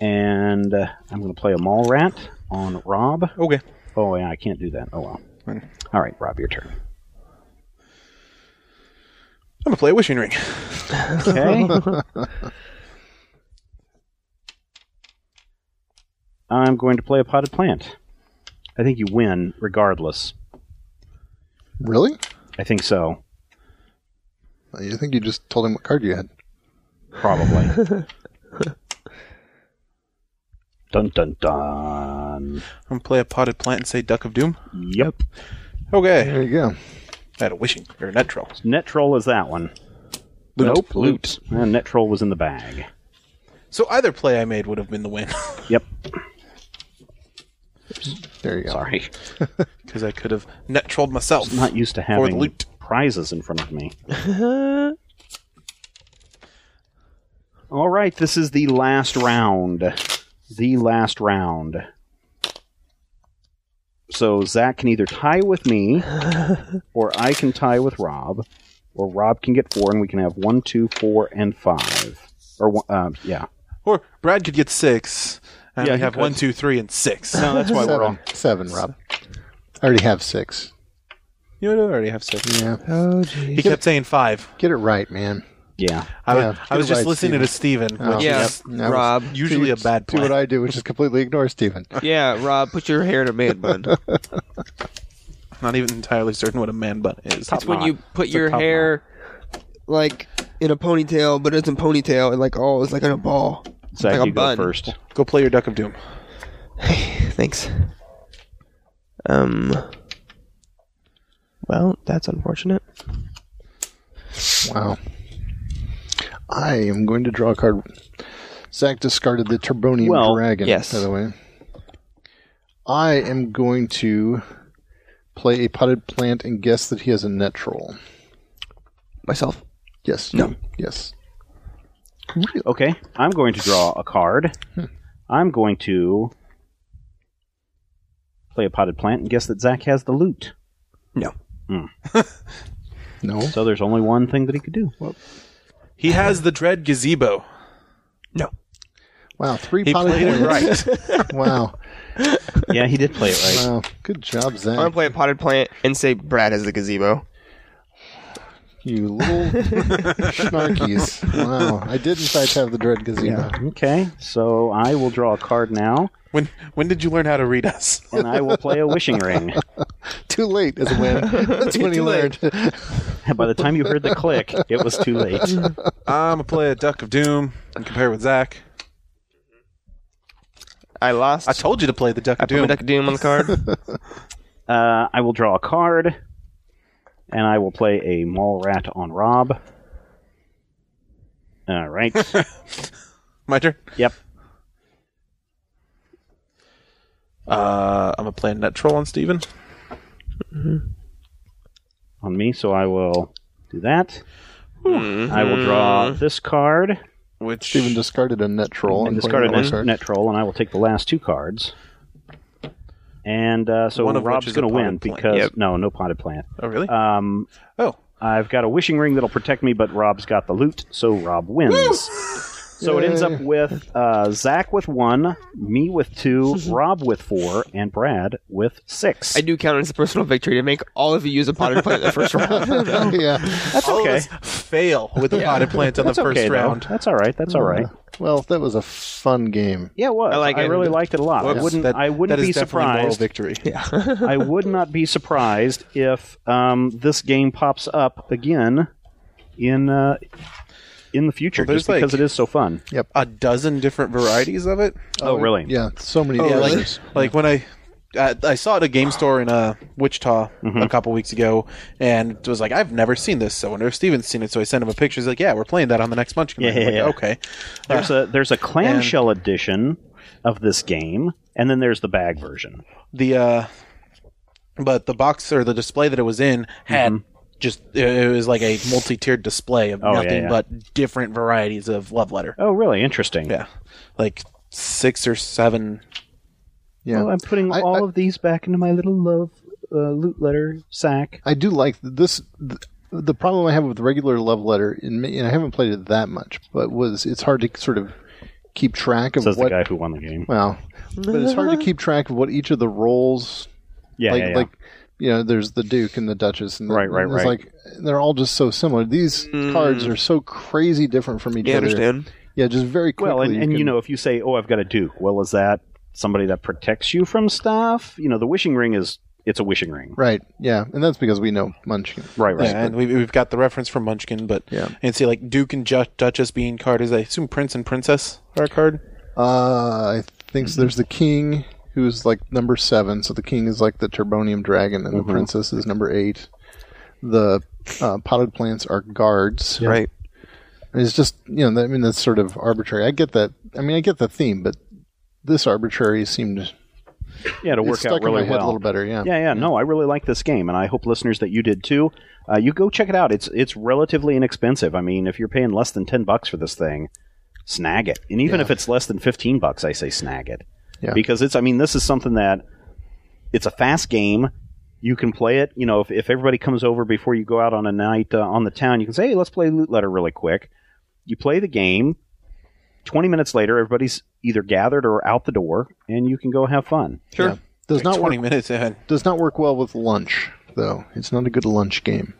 Speaker 1: and uh, I'm going to play a mall rat on Rob.
Speaker 4: Okay.
Speaker 1: Oh, yeah, I can't do that. Oh, well. All right, Rob, your turn.
Speaker 4: I'm going to play a wishing ring.
Speaker 1: Okay. I'm going to play a potted plant. I think you win regardless.
Speaker 3: Really?
Speaker 1: I think so.
Speaker 3: I think you just told him what card you had.
Speaker 1: Probably. dun dun dun.
Speaker 4: I'm gonna play a potted plant and say Duck of Doom.
Speaker 1: Yep.
Speaker 4: Okay.
Speaker 3: There you go.
Speaker 4: I had a wishing or a net troll.
Speaker 1: Net troll is that one.
Speaker 4: Nope.
Speaker 1: Loot. And net troll was in the bag.
Speaker 4: So either play I made would have been the win
Speaker 1: Yep.
Speaker 3: There you go.
Speaker 1: Sorry.
Speaker 4: because I could have net trolled myself.
Speaker 1: Not used to
Speaker 4: the
Speaker 1: having
Speaker 4: loot.
Speaker 1: prizes in front of me. All right, this is the last round. The last round. So Zach can either tie with me, or I can tie with Rob, or Rob can get four, and we can have one, two, four, and five. Or one, um, yeah,
Speaker 4: Or Brad could get six. And
Speaker 1: Yeah,
Speaker 4: we
Speaker 1: he
Speaker 4: have
Speaker 1: could.
Speaker 4: one, two, three, and six.
Speaker 1: no, that's why we're
Speaker 3: Seven.
Speaker 1: on.
Speaker 3: Seven, Rob. I already have six.
Speaker 4: You would already have six.
Speaker 3: Yeah.
Speaker 2: Oh, geez.
Speaker 4: He kept saying five.
Speaker 3: Get it right, man.
Speaker 1: Yeah,
Speaker 4: I, was-
Speaker 3: Yeah,
Speaker 4: I was
Speaker 3: you're
Speaker 4: just
Speaker 3: right,
Speaker 4: listening to Steven,
Speaker 3: Oh.
Speaker 4: which
Speaker 2: Yeah,
Speaker 4: is
Speaker 3: That was-
Speaker 2: Rob.
Speaker 4: usually a bad
Speaker 3: Do what
Speaker 4: plan.
Speaker 3: I do, which is completely ignore Steven.
Speaker 2: Yeah, Rob, put your hair in a man bun.
Speaker 4: Not even entirely certain what a man bun is.
Speaker 2: It's when
Speaker 1: knot.
Speaker 2: you put
Speaker 1: It's a
Speaker 2: your
Speaker 1: top
Speaker 2: hair like in a ponytail, but it isn't ponytail. And like, oh, it's like in a ball.
Speaker 1: Zach,
Speaker 2: like a
Speaker 1: you go
Speaker 2: bun.
Speaker 1: first.
Speaker 4: Go play your Duck of Doom.
Speaker 2: Thanks. Um. Well, that's unfortunate.
Speaker 3: Wow. I am going to draw a card. Zach discarded the Turbonium
Speaker 1: Well,
Speaker 3: Dragon,
Speaker 2: yes.
Speaker 3: by the way. I am going to play a potted plant and guess that he has a net troll.
Speaker 2: Myself.
Speaker 3: Yes. No. Yes.
Speaker 1: Okay, I'm going to draw a card. I'm going to play a potted plant and guess that Zach has the loot.
Speaker 2: No.
Speaker 3: No.
Speaker 1: So there's only one thing that he could do.
Speaker 4: He has the dread gazebo.
Speaker 2: No.
Speaker 3: Wow. Three
Speaker 4: He
Speaker 3: potted
Speaker 4: played it
Speaker 3: plants.
Speaker 4: right.
Speaker 3: Wow.
Speaker 1: yeah, he did play it right.
Speaker 3: Wow. Good job,
Speaker 2: I'm gonna
Speaker 3: Zach.
Speaker 2: play a potted plant and say Brad has the gazebo.
Speaker 3: You little snarkies. Wow. I did, in fact, have the Dread Gazebo.
Speaker 1: Okay, so I will draw a card now,
Speaker 4: When when did you learn how to read us?
Speaker 1: and I will play a wishing ring.
Speaker 3: Too late is a win. That's when he
Speaker 2: Too
Speaker 3: learned.
Speaker 2: late.
Speaker 1: By the time you heard the click, it was too late.
Speaker 4: I'm gonna play a Duck of Doom and compare with Zach.
Speaker 2: I lost.
Speaker 4: I told you to play the Duck
Speaker 2: I
Speaker 4: of
Speaker 2: put my
Speaker 4: Doom.
Speaker 2: deck of doom on the card.
Speaker 1: Uh, I will draw a card, and I will play a mall rat on Rob. All right.
Speaker 4: My turn.
Speaker 1: yep.
Speaker 4: Uh, I'm gonna play a net troll on Steven.
Speaker 1: on me, so I will do that.
Speaker 4: Hmm.
Speaker 1: I will draw this card
Speaker 4: Which
Speaker 3: Steven discarded a net troll.
Speaker 1: and
Speaker 3: played
Speaker 1: discard a
Speaker 3: another
Speaker 1: net,
Speaker 3: card.
Speaker 1: net troll, and I will take the last two cards. And uh, so
Speaker 4: One of which
Speaker 1: Rob's
Speaker 4: is a
Speaker 1: going to win
Speaker 4: potted plant.
Speaker 1: because
Speaker 2: Yep.
Speaker 1: no, no potted plant.
Speaker 4: oh really?
Speaker 1: Um,
Speaker 4: oh,
Speaker 1: I've got a wishing ring that'll protect me, but Rob's got the loot, so Rob wins. so it ends up with uh, Zach with one, me with two, Rob with four, and Brad with six.
Speaker 2: I do count it as a personal victory to make all of you use a potted plant in the first round.
Speaker 3: yeah.
Speaker 1: That's
Speaker 4: all
Speaker 1: okay.
Speaker 4: of us fail with the potted plant on the
Speaker 1: That's
Speaker 4: first
Speaker 1: okay, though.
Speaker 4: round.
Speaker 1: That's all right. That's all right.
Speaker 3: Well, that was a fun game.
Speaker 1: Yeah, it was. I,
Speaker 2: I like it.
Speaker 1: really liked it a lot. I
Speaker 2: Whoops.
Speaker 1: wouldn't.
Speaker 4: That-
Speaker 1: I wouldn't
Speaker 4: that is
Speaker 1: be
Speaker 4: definitely a moral
Speaker 1: surprised.
Speaker 4: victory.
Speaker 1: I would not be surprised if um, this game pops up again in uh, in the future,
Speaker 4: Well,
Speaker 1: just
Speaker 4: there's,
Speaker 1: because
Speaker 4: like-
Speaker 1: it is so fun.
Speaker 4: A dozen different varieties of it.
Speaker 1: Oh, really?
Speaker 3: Yeah, so many.
Speaker 1: Oh,
Speaker 4: Yeah, like,
Speaker 3: flavors.
Speaker 4: like when I, I I saw it at a game store in uh, Wichita
Speaker 1: Mm-hmm.
Speaker 4: a couple weeks ago, and was like, I've never seen this. So I wonder if Steven's seen it. So I sent him a picture. He's like, Yeah, we're playing that on the next munchkin. I'm
Speaker 1: Yeah,
Speaker 4: like,
Speaker 1: yeah, yeah.
Speaker 4: Okay.
Speaker 1: There's a there's a clamshell edition of this game, and then there's the bag version.
Speaker 4: The uh, but the box or the display that it was in had. Just it was like a multi-tiered display of
Speaker 1: Mm-hmm. Oh, yeah,
Speaker 4: nothing
Speaker 1: yeah.
Speaker 4: but different varieties of love letter.
Speaker 1: Oh, really? Interesting.
Speaker 4: Yeah, like six or seven.
Speaker 3: yeah.
Speaker 1: Well, Oh, I'm putting
Speaker 3: I-
Speaker 1: all
Speaker 3: I-
Speaker 1: of these back into my little love uh, loot letter sack.
Speaker 3: I do like th- this. Th- the problem I have with regular love letter, in me, and I haven't played it that much, but was it's hard to sort of keep track of
Speaker 1: Says
Speaker 3: what.
Speaker 1: the guy who won the game.
Speaker 3: Well, but it's hard to keep track of what each of the roles
Speaker 1: Yeah,
Speaker 3: like
Speaker 1: yeah, yeah.
Speaker 3: like you know there's the duke and the duchess and the-
Speaker 1: Right, right,
Speaker 3: and it's
Speaker 1: right.
Speaker 3: like they're all just so similar these cards are so crazy different from each
Speaker 2: Mm. Yeah, I
Speaker 3: other
Speaker 2: understand.
Speaker 3: yeah just very quickly
Speaker 1: well, and, and you
Speaker 3: can-
Speaker 1: know, if you say, "Oh, I've got a duke," well, is that somebody that protects you from stuff. You know, the wishing ring is it's a wishing ring.
Speaker 3: Right. Yeah. And that's because we know Munchkin.
Speaker 1: Right, right.
Speaker 4: Yeah, and we, we've got the reference from Munchkin, but
Speaker 3: Yeah.
Speaker 4: and see like Duke and Ju- Duchess being card is I assume Prince and Princess are a card.
Speaker 3: Uh, I think so. there's the king who's like number seven. So the king is like the Turbonium dragon,
Speaker 1: Mm-hmm.
Speaker 3: and the princess is number eight. The uh, potted plants are guards.
Speaker 2: Right.
Speaker 3: And It's just you know, that- I mean, that's sort of arbitrary. I get that. I mean, I get the theme, but this arbitrary seemed
Speaker 1: Yeah, to
Speaker 3: it
Speaker 1: work
Speaker 3: stuck
Speaker 1: out really
Speaker 3: in my head
Speaker 1: well.
Speaker 3: a little better. Yeah.
Speaker 1: Yeah, yeah. No, I really like this game, and I hope listeners that you did too. Uh, you go check it out. It's it's relatively inexpensive. I mean, if you're paying less than ten bucks for this thing, snag it. And even if it's less than fifteen bucks, I say snag it
Speaker 3: Yeah.
Speaker 1: because it's. I mean, this is something that it's a fast game. You can play it. You know, if if everybody comes over before you go out on a night uh, on the town, you can say, "Hey, let's play Loot Letter really quick." You play the game. Twenty minutes later, everybody's either gathered or out the door, and you can go have fun.
Speaker 4: Sure.
Speaker 3: Does not
Speaker 4: twenty
Speaker 3: work.
Speaker 4: minutes in.
Speaker 3: Does not work well with lunch though. It's not a good lunch game.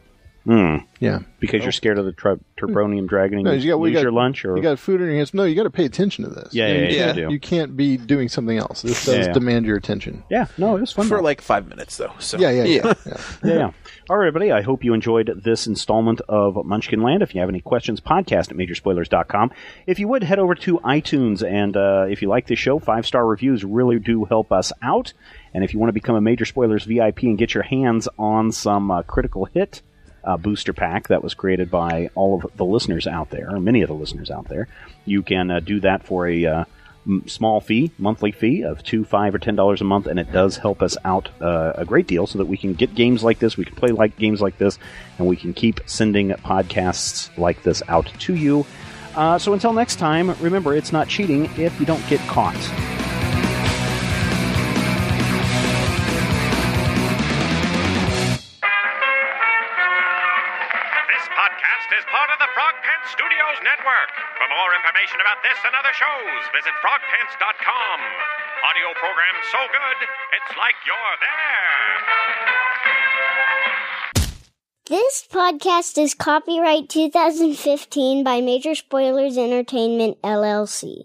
Speaker 1: Hmm.
Speaker 3: Yeah.
Speaker 1: Because you're scared of the tri- Turbonium dragon and
Speaker 3: No,
Speaker 1: you
Speaker 3: you got- we
Speaker 1: lose
Speaker 3: got-
Speaker 1: your lunch, or
Speaker 3: You got food in your hands. No, you got to pay attention to this.
Speaker 1: yeah, yeah, yeah,
Speaker 2: Yeah.
Speaker 1: you do.
Speaker 3: You can't be doing something else. This
Speaker 1: Yeah,
Speaker 3: does
Speaker 1: yeah.
Speaker 3: demand your attention.
Speaker 1: yeah. No, it was fun.
Speaker 4: for
Speaker 1: though.
Speaker 4: like five minutes though. So
Speaker 3: Yeah, yeah, yeah.
Speaker 2: Yeah.
Speaker 3: yeah.
Speaker 1: yeah, yeah. All right, everybody. I hope you enjoyed this installment of Munchkin Land. If you have any questions, podcast at majorspoilers.com. If you would, head over to iTunes. And uh, if you like this show, five star reviews really do help us out. And if you want to become a Major Spoilers VIP and get your hands on some uh, critical hit uh, booster pack that was created by all of the listeners out there, or many of the listeners out there, you can uh, do that for a. Uh, m- small fee, monthly fee of two, five, or ten dollars a month, and it does help us out uh, a great deal, so that we can get games like this, we can play like games like this, and we can keep sending podcasts like this out to you. Uh, so until next time, remember it's not cheating if you don't get caught.
Speaker 6: This podcast is part of the Frog Pants Studios Network. For more information about this and other shows, visit frogpants.com. Audio program so good, it's like you're there.
Speaker 7: This podcast is copyright 2015 by Major Spoilers Entertainment, LLC.